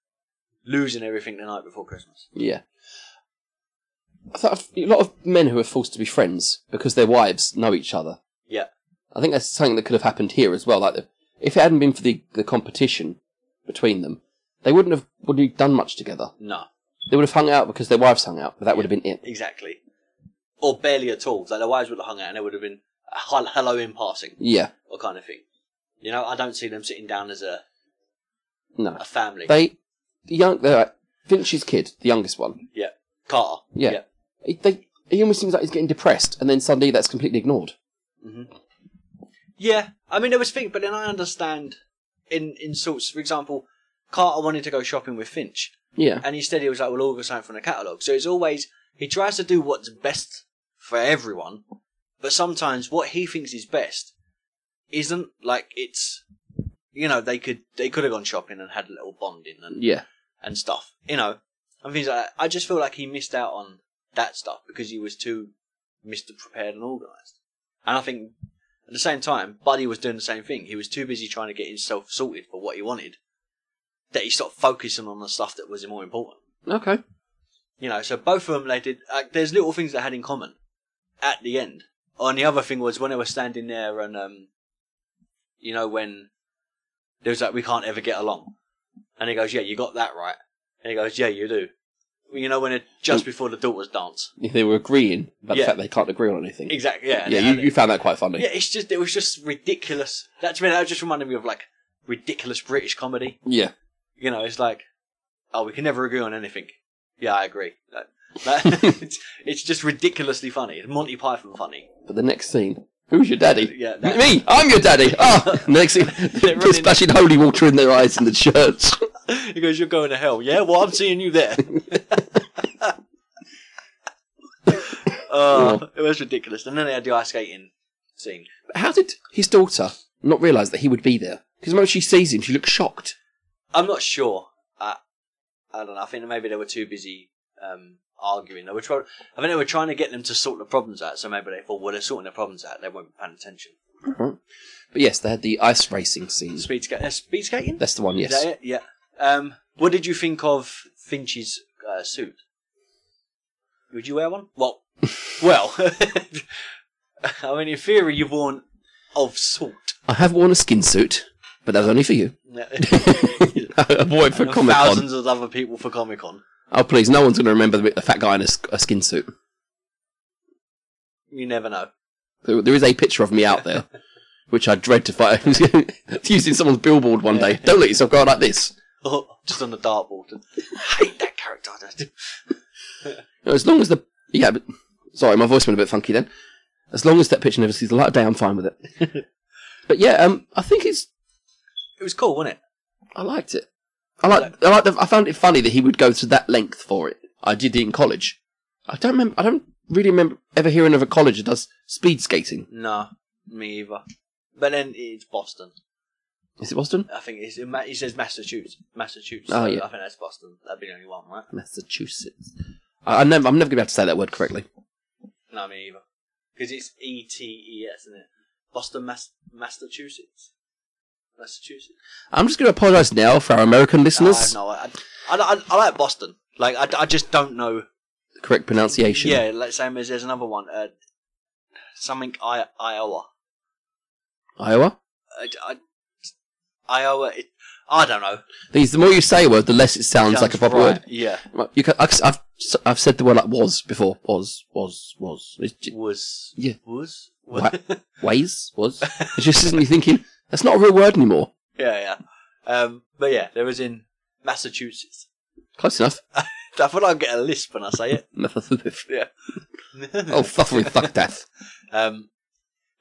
losing everything the night before Christmas. yeah. I thought a lot of men who are forced to be friends because their wives know each other. Yeah. I think that's something that could have happened here as well. Like, the, if it hadn't been for the, the competition between them, they wouldn't have would have done much together. No, They would have hung out because their wives hung out, but that would have been it. exactly. Or barely at all. Like, their wives would have hung out and it would have been a hel- hello in passing Yeah, or kind of thing. You know, I don't see them sitting down as a, no. a family. They, the young, they're like, Finch's kid, the youngest one. yeah. Carter. Yeah. He, they, he almost seems like he's getting depressed, and then suddenly that's completely ignored. Yeah, I mean there was things, but then I understand in in sorts. For example, Carter wanted to go shopping with Finch, Yeah, and instead he was like, "We'll order something from the catalog." So it's always he tries to do what's best for everyone, but sometimes what he thinks is best isn't like it's. You know, they could they could have gone shopping and had a little bonding and yeah, and stuff. You know, and things like that. I just feel like he missed out on that stuff because he was too Mr. Prepared and organised. And I think at the same time, Buddy was doing the same thing. He was too busy trying to get himself sorted for what he wanted that he stopped focusing on the stuff that was more important. okay, You know, so both of them, they did, like, there's little things they had in common at the end. Oh, and the other thing was when they were standing there and, um, you know, when there was like, we can't ever get along. And he goes, yeah, you got that right. And he goes, yeah, you do. You know, when it, Mm. just before the daughters dance. they were agreeing about Yeah. the fact they can't agree on anything. Exactly, yeah. Yeah, you, you found that quite funny. yeah, it's just, it was just ridiculous. That to me, that just reminded me of like ridiculous British comedy. Yeah. You know, it's like, oh, we can never agree on anything. Yeah, I agree. Like, that- it's, it's just ridiculously funny. It's Monty Python funny. But the next scene, who's your daddy? Yeah, that- me. I'm your daddy. Ah, next scene, running- they're splashing holy water in their eyes in the church. He goes, "You're going to hell." Yeah, well, I'm seeing you there. oh, it was ridiculous. And then they had the ice skating scene. How did his daughter not realise that he would be there? Because the moment she sees him, she looks shocked. I'm not sure. Uh, I don't know. I think maybe they were too busy um, arguing. They were trying. I think they were trying to get them to sort the problems out. So maybe they thought, well, they're sorting the problems out. They won't be paying attention. But yes, they had the ice racing scene. Speed, ska- uh, speed skating. That's the one. Is Yes, that it? Yeah. Um, what did you think of Finch's uh, suit? Would you wear one? Well, well. I mean, in theory, you've worn of sort. I have worn a skin suit, but that was only for you. I wore it for And Comic Con. thousands of other people for Comic Con. Oh please, no one's going to remember the, the fat guy in a, s- a skin suit. You never know. There, there is a picture of me out there, which I dread to find. it's used in someone's billboard one day. Don't let yourself go out like this. Just on the dartboard. I hate that character. You know, as long as the yeah, but, sorry, my voice went a bit funky then. As long as that picture never sees the light of day, I'm fine with it. but yeah, um, I think it's It was cool, wasn't it? I liked it. I like I like the, I found it funny that he would go to that length for it. I did it in college. I don't remember. I don't really remember ever hearing of a college that does speed skating. No, me either. But then it's Boston. Is it Boston? I think it's in Ma- it says Massachusetts. Massachusetts. so Oh, yeah. I think that's Boston. That'd be the only one, right? Massachusetts. I, I never, I'm never going to be able to say that word correctly. No, me either. Because it's E T E S, isn't it? Boston, Mass- Massachusetts. Massachusetts. I'm just going to apologise now for our American No, I listeners. have Ah, no. I, I, I, I like Boston. Like I, I just don't know. Correct pronunciation. Yeah, let's say there's there's another one. Uh, something I, Iowa. Iowa. I, I, Iowa. It, I don't know. These, the more you say a word, the less it sounds, like a Sounds proper right. word. Yeah. Well, You can, I, have I've said the word like was before. Was was was. It's j- Was. Yeah. Was. What? ways was. It's just isn't you thinking that's not a real word anymore. yeah, yeah. Um, but yeah, there was in Massachusetts. Close enough. I thought I'd get a lisp when I say it. Yeah. oh, fluffery fuck death. Um,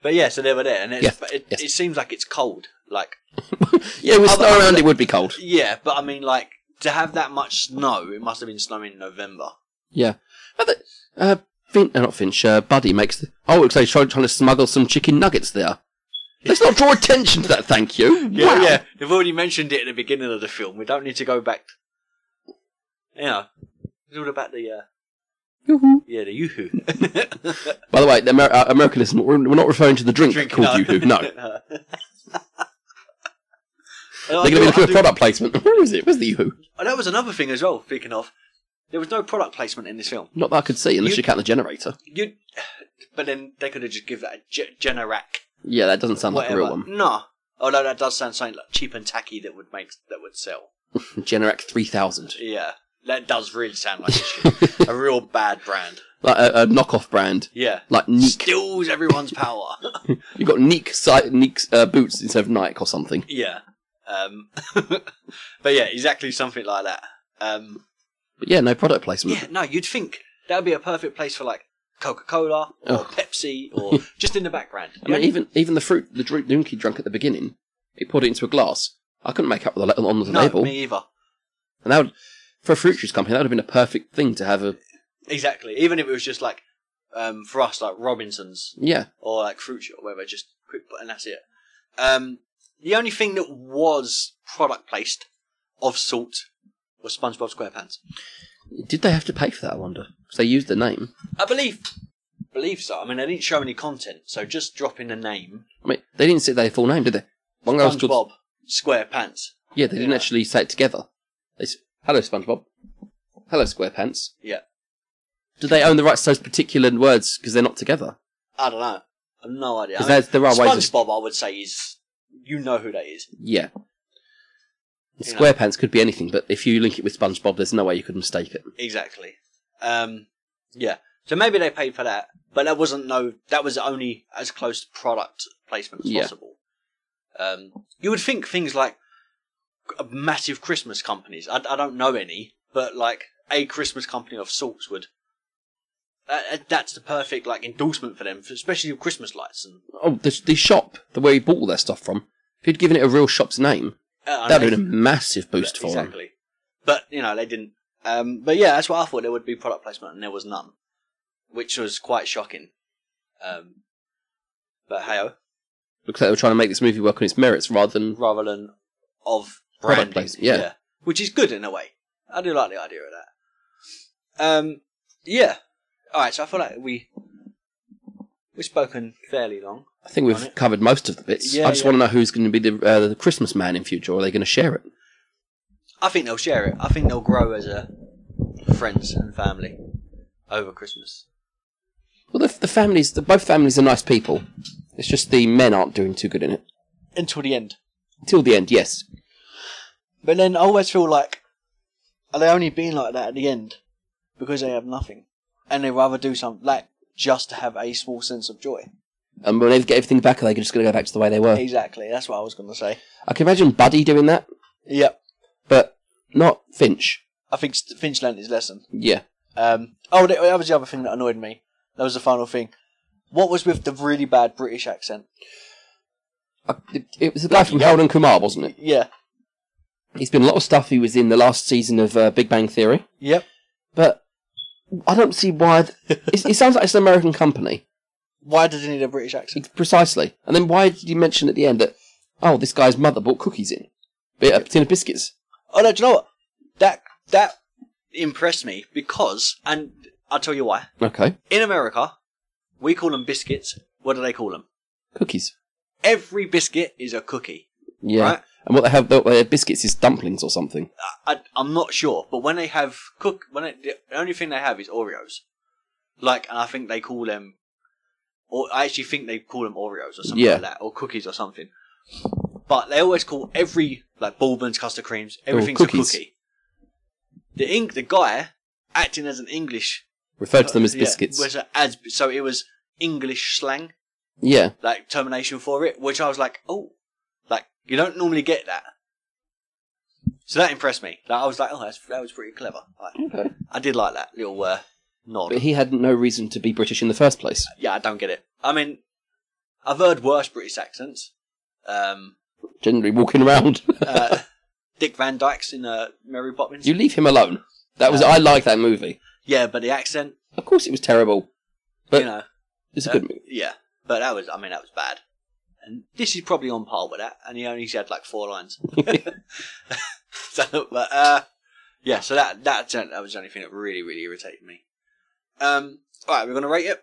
but yeah, so they were there, and it's, Yeah, but it, yes. it seems like it's cold. Like, yeah, with Other- snow around, it would be cold. yeah, but I mean, like to have that much snow, it must have been snowing in November. Yeah. But the, uh, fin- uh, not Finch, uh, Buddy makes the. Oh, it looks like he's trying, trying to smuggle some chicken nuggets there. Let's not draw attention to that, thank you. Yeah, wow. yeah. They've already mentioned it at the beginning of the film. We don't need to go back. You know, it's all about the uh, Yoo-hoo. yeah the yoo-hoo. By the way, the Amer- uh, American listener, we're, we're not referring to the drink, Drink, called Yoo-Hoo, no. They're going to be looking at product. product placement. Where is it? Where's the Yoo-Hoo? And Oh, that was another thing as well. Speaking of, there was no product placement in this film. Not that I could see, unless You- you, count the generator. You, but then they could have just give that a Ge- Generac, Yeah, that doesn't sound whatever. like a real one. No, although that does sound something like cheap and tacky that would make that would sell. Generac 3000. Yeah, that does really sound like a, shit. a real bad brand. Like a, a knockoff brand. Yeah, Like Neek. steals everyone's power. You've got Neek, si- Neek uh, boots instead of Nike or something. yeah, um, but yeah, exactly something like that. Um, But yeah, no product placement. yeah, no, you'd think that would be a perfect place for like Coca Cola or Ugh. Pepsi or just in the background. I mean, even even the fruit the drink Doonkie drunk at the beginning, he poured it into a glass. I couldn't make out the le- on the no, label, me either. and that would, for a fruit juice company that would have been a perfect thing to have a Exactly. Even if it was just like um, for us, like Robinsons yeah. or like Fruit Shot, or whatever, just quick and that's it. Um, the only thing that was product placed of salt was SpongeBob SquarePants. Did they have to pay for that? I wonder. 'Cause they used the name. I believe, believe so. I mean, they didn't show any content, so just dropping the name I mean, they didn't say their full name, did they? One guy was called SpongeBob SquarePants. yeah. They didn't Yeah. actually say it together. They s hello SpongeBob, hello SquarePants. Yeah, Do they own the rights to those particular words because they're not together? I don't know. I've no idea. I mean, 'Cause there's- there are ways of- SpongeBob, I would say, is you know who that is. Yeah. Yeah. SquarePants could be anything, but if you link it with SpongeBob, there's no way you could mistake it. Exactly. Um, yeah. So maybe they paid for that, but that wasn't no. That was only as close to product placement as Yeah. possible. Um, you would think things like massive Christmas companies. I, I don't know any, but like a Christmas company of sorts would. That, that's the perfect like endorsement for them, especially with Christmas lights and. Oh, the, the shop, the where he bought all their stuff from. If he'd given it a real shop's name, Uh, that'd have been a massive Yeah, boost for him. exactly. But you know they didn't. Um, but yeah, that's what I thought there would be product placement, and there was none, which was quite shocking. Um, but hey, Looks like they were trying to make this movie work on its merits rather than rather than of branding, Product place- yeah. which is good in a way. I do like the idea of that. Um, yeah. All right, so I feel like we we've spoken fairly long. I think on we've it. covered most of the bits. Yeah, I just yeah. want to know who's going to be the uh, the Christmas man in future. Or are they going to share it? I think they'll share it. I think they'll grow as a friends and family over Christmas. Well, the, the families, the, both families are nice people. It's just the men aren't doing too good in it Until the end. till the end. Yes, But then I always feel like, are they only being like that at the end because they have nothing, and they rather do something like just to have a small sense of joy? and when they get everything back, are they just going to go back to the way they were? Exactly. That's what I was going to say. I can imagine Buddy doing that, Yep. but not Finch. I think St- Finch learnt his lesson. Yeah, Um, oh, that that was the other thing that annoyed me. That was the final thing. What was with the really bad British accent? I, it, it was the guy from Harold and Kumar, wasn't it? Yeah. He's been in a lot of stuff. He was in the last season of uh, Big Bang Theory, Yep. but but I don't see why. Th- it, it sounds like it's an American company. Why did he need a British accent? Precisely. And then why did you mention at the end that, oh, this guy's mother bought cookies in? Bit a tin of biscuits. Oh no, do you know what? That that impressed me because, and I'll tell you why. Okay. In America, we call them biscuits. What do they call them? Cookies. Every biscuit is a cookie. Yeah. Right. And what they have, what they have biscuits is dumplings or something. I, I'm not sure, but when they have cook, when it, the only thing they have is Oreos, like, and I think they call them, or I actually think they call them Oreos or something Yeah. like that, or cookies or something. But they always call every like Bourbon's custard creams everything's a cookies. cookie. The ink, the guy acting as an English Referred to them as yeah, biscuits. was a- as so it was English slang Yeah. like termination for it, which I was like, oh, like you don't normally get that. So that impressed me. Like I was like, oh, that's, that was pretty clever. Like, Okay. I did like that little uh, nod. But he had no reason to be British in the first place. yeah, I don't get it. I mean, I've heard worse British accents. Um, Generally walking around. uh, Dick Van Dyke's in uh, Mary Poppins. you leave him alone. That was, Uh, I like that movie. yeah, but the accent, Of course it was terrible. But you know, it's a uh, good movie. yeah. But that was, I mean, that was bad. And this is probably on par with that. And he only had like four lines. so, but uh, yeah, so that that that was the only thing that really really irritated me. Um, all right, we're gonna rate it.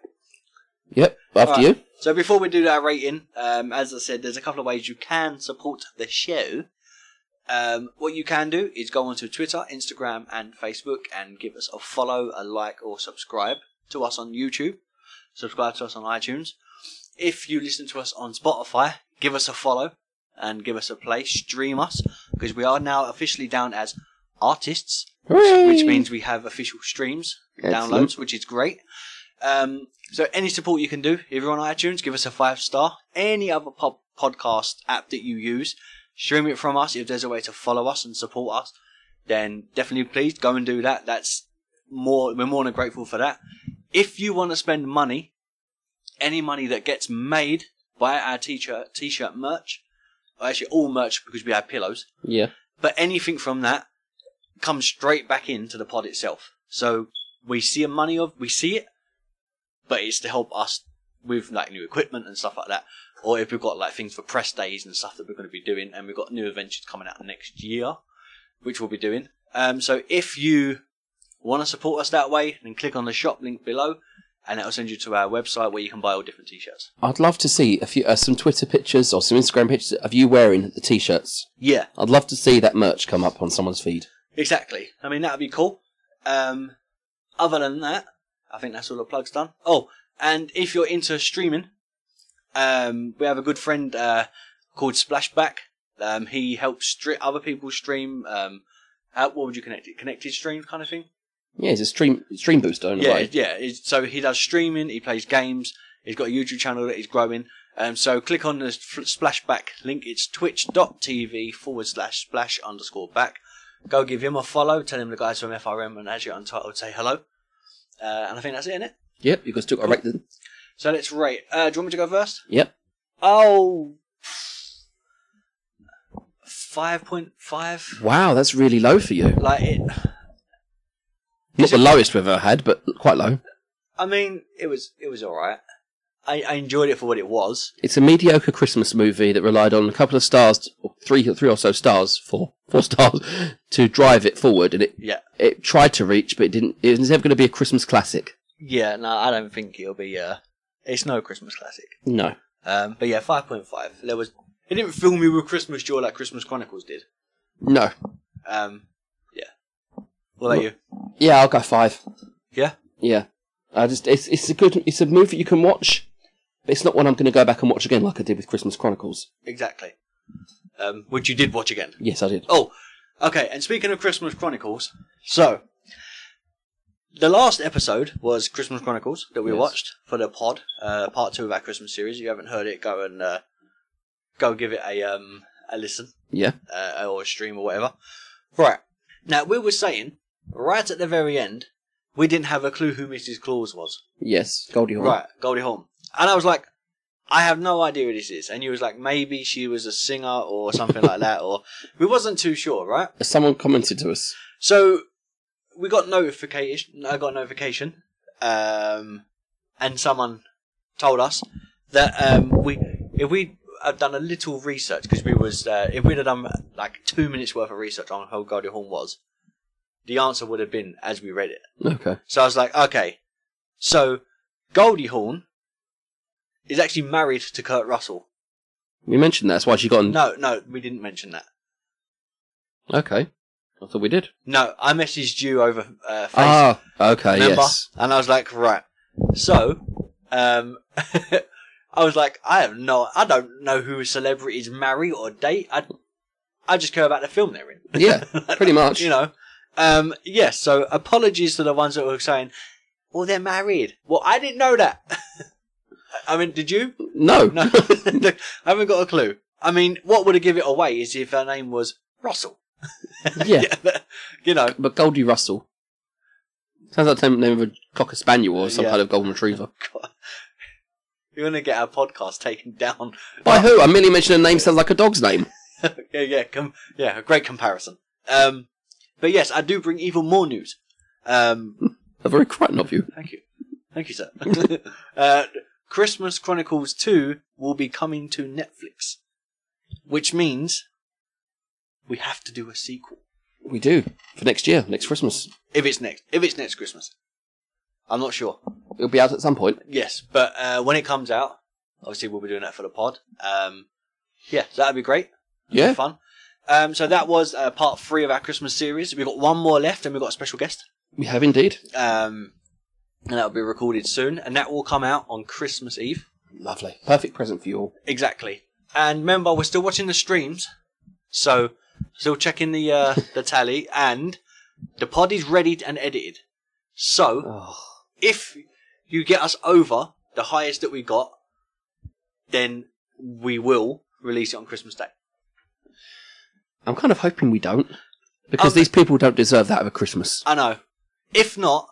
Yep. After Alright. you. So before we do our rating, um, as I said, there's a couple of ways you can support the show. Um, what you can do is go onto Twitter, Instagram, and Facebook, and give us a follow, a like, or subscribe to us on YouTube. Subscribe to us on iTunes. If you listen to us on Spotify, give us a follow and give us a play. Stream us because we are now officially down as artists Hooray! which means we have official streams, Excellent. downloads, which is great. Um, so any support you can do, if you're on iTunes, give us a five star. Any other po- podcast app that you use, stream it from us. If there's a way to follow us and support us, then definitely please go and do that. That's more we're more than grateful for that. If you want to spend money, any money that gets made by our t-shirt t-shirt merch, or actually all merch because we have pillows Yeah. but anything from that comes straight back into the pod itself. So we see a money of we see it, but it's to help us with like new equipment and stuff like that, or if we've got like things for press days and stuff that we're going to be doing, and we've got new adventures coming out next year, which we'll be doing. Um, so if you want to support us that way, then click on the shop link below, and it'll send you to our website where you can buy all different t-shirts. I'd love to see a few, uh, some Twitter pictures or some Instagram pictures of you wearing the t-shirts. Yeah, I'd love to see that merch come up on someone's feed. Exactly. I mean, that'd be cool. Um, other than that, I think that's all the plugs done. Oh, and if you're into streaming, um, we have a good friend uh, called Splashback. Um, he helps stri- other people stream. Um, how, what would you connect it? Connected stream kind of thing. Yeah, it's a stream stream booster in a Yeah, way. yeah. it's- So he does streaming. He plays games. He's got a YouTube channel that he's growing. Um, so click on the f- splashback link. It's twitch.tv forward slash splash underscore back. Go give him a follow. Tell him the guys from FRM and Azure Untitled say hello. Uh, and I think that's it, innit? Yep, you guys took a rate them. So let's rate. Uh, do you want me to go first? Yep. Oh. 5.5. Wow, that's really low for you. Like, it, Not the lowest we've ever had, but quite low. I mean, it was, it was alright. I, I enjoyed it for what it was. It's a mediocre Christmas movie that relied on a couple of stars, or three three or so stars, four four stars, to drive it forward, and it Yeah. it tried to reach, but it didn't. It was never going to be a Christmas classic. Yeah, no, I don't think it'll be. Uh, it's no Christmas classic. No, Um, but yeah, five point five. There was. It didn't fill me with Christmas joy like Christmas Chronicles did. no. Um, yeah. What about you? Yeah, I'll go five. Yeah. Yeah, I just it's it's a good it's a movie you can watch, but it's not one I'm going to go back and watch again like I did with Christmas Chronicles. Exactly. Um, which you did watch again. Yes, I did. Oh, okay. And speaking of Christmas Chronicles, so the last episode was Christmas Chronicles that we Yes. watched for the pod, uh, part two of our Christmas series. If you haven't heard it, go and uh, go give it a um a listen Yeah, uh, or a stream or whatever. Right now, we were saying right at the very end, we didn't have a clue who Mrs. Claus was. yes, Goldie Hawn. Right, Goldie Hawn. And I was like, I have no idea who this is. And you was like, maybe she was a singer or something like that, or we wasn't too sure, right? Someone commented to us. So we got notification. I got notification, um, and someone told us that um, we if we had done a little research because we was uh, if we'd have done like two minutes worth of research on who Goldie Hawn was, the answer would have been as we read it. Okay. So I was like, okay, so Goldie Hawn is actually married to Kurt Russell. We mentioned that. That's why she got. on- No, no, we didn't mention that. Okay. I thought we did. No, I messaged you over uh, Facebook. Ah, okay. remember? Yes. And I was like, right. So, um, I was like, I have no, I don't know who celebrities marry or date. I, I just care about the film they're in. Yeah, pretty much. You know, um, yes. so apologies to the ones that were saying, well, they're married. Well, I didn't know that. I mean, did you? No. No, I haven't got a clue. I mean, what would have give it away is if her name was Russell. yeah. you know, but Goldie Russell sounds like the name of a cocker spaniel or some Yeah. kind of golden retriever. you're going to get our podcast taken down By who? I merely mentioned a name sounds like a dog's name. yeah, yeah, com- yeah, a great comparison. Um, but yes, I do bring even more news. Um, A very frightened of you. thank you, thank you, sir. uh, Christmas Chronicles Two will be coming to Netflix, which means we have to do a sequel We do for next year, next Christmas. if it's next if it's next Christmas. I'm not sure. It'll be out at some point. Yes, but uh, when it comes out, obviously we'll be doing that for the pod. Um, yeah, so that'd be great. That'd be Yeah, fun. Um, so that was uh, part three of our Christmas series. We've got one more left, and we've got a special guest. we have indeed. um, and that'll be recorded soon, and that will come out on Christmas Eve. Lovely, perfect present for you all. Exactly. And remember, we're still watching the streams, so still checking the uh, the tally, and the pod is readied and edited. So Oh, if you get us over the highest that we got, then we will release it on Christmas Day. I'm kind of hoping we don't, because Um, these people don't deserve that of a Christmas. I know. If not,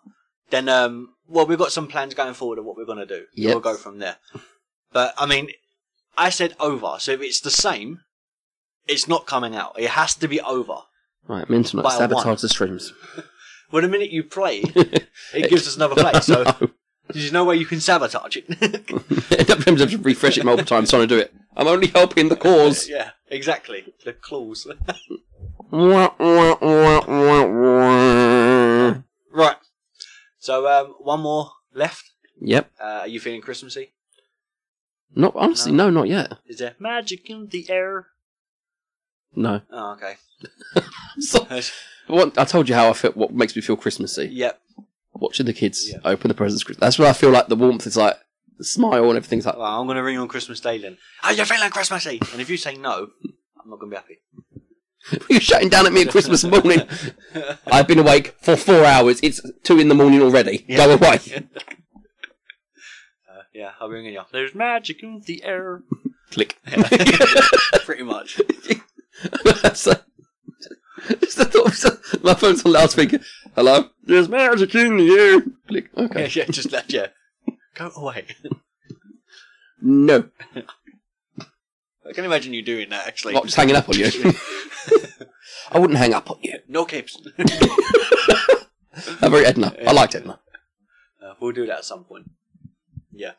then um, well, we've got some plans going forward of what we're gonna do. Yep. We'll go from there. But I mean, I said over, so if it's the same, it's not coming out. It has to be over. Right, meant to not By a sabotage one. the streams. Well, the minute you play, it gives us another play. So no. there's no way you can sabotage it. It depends if you refresh it multiple times trying to do it. I'm only helping the cause. yeah, exactly. The claws. Wah, wah, wah, wah, wah. right. So um, one more left. Yep. Uh, are you feeling Christmassy? Not honestly, no, not yet. Is there magic in the air? No. Oh, okay. So, what, I told you how I feel. What makes me feel Christmassy? yep. Watching the kids Yeah. open the presents. That's where I feel like the warmth is like the smile and everything's like. Well, I'm going to ring you on Christmas Day then. Are you feeling Christmassy? And if you say no, I'm not going to be happy. You're shutting down at me at Christmas morning. Uh, I've been awake for four hours. It's two in the morning already. Yeah. Go away. Uh, yeah, I'll be ringing you. There's magic in the air. Click. Pretty much. so, just the thought of so- my phone's on loudspeaker. Hello? There's magic in the air. Click. Yeah, Okay. yeah, just let you. Go away. No. I can imagine you doing that actually. What, just hanging up on you? I wouldn't hang up on you. No capes. I'm very Edna. I liked Edna. Uh, we'll do that at some point. Yeah.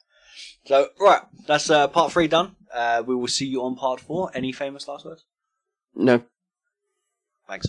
So, right, that's uh, part three done. Uh, we will see you on part four. Any famous last words? No. Thanks.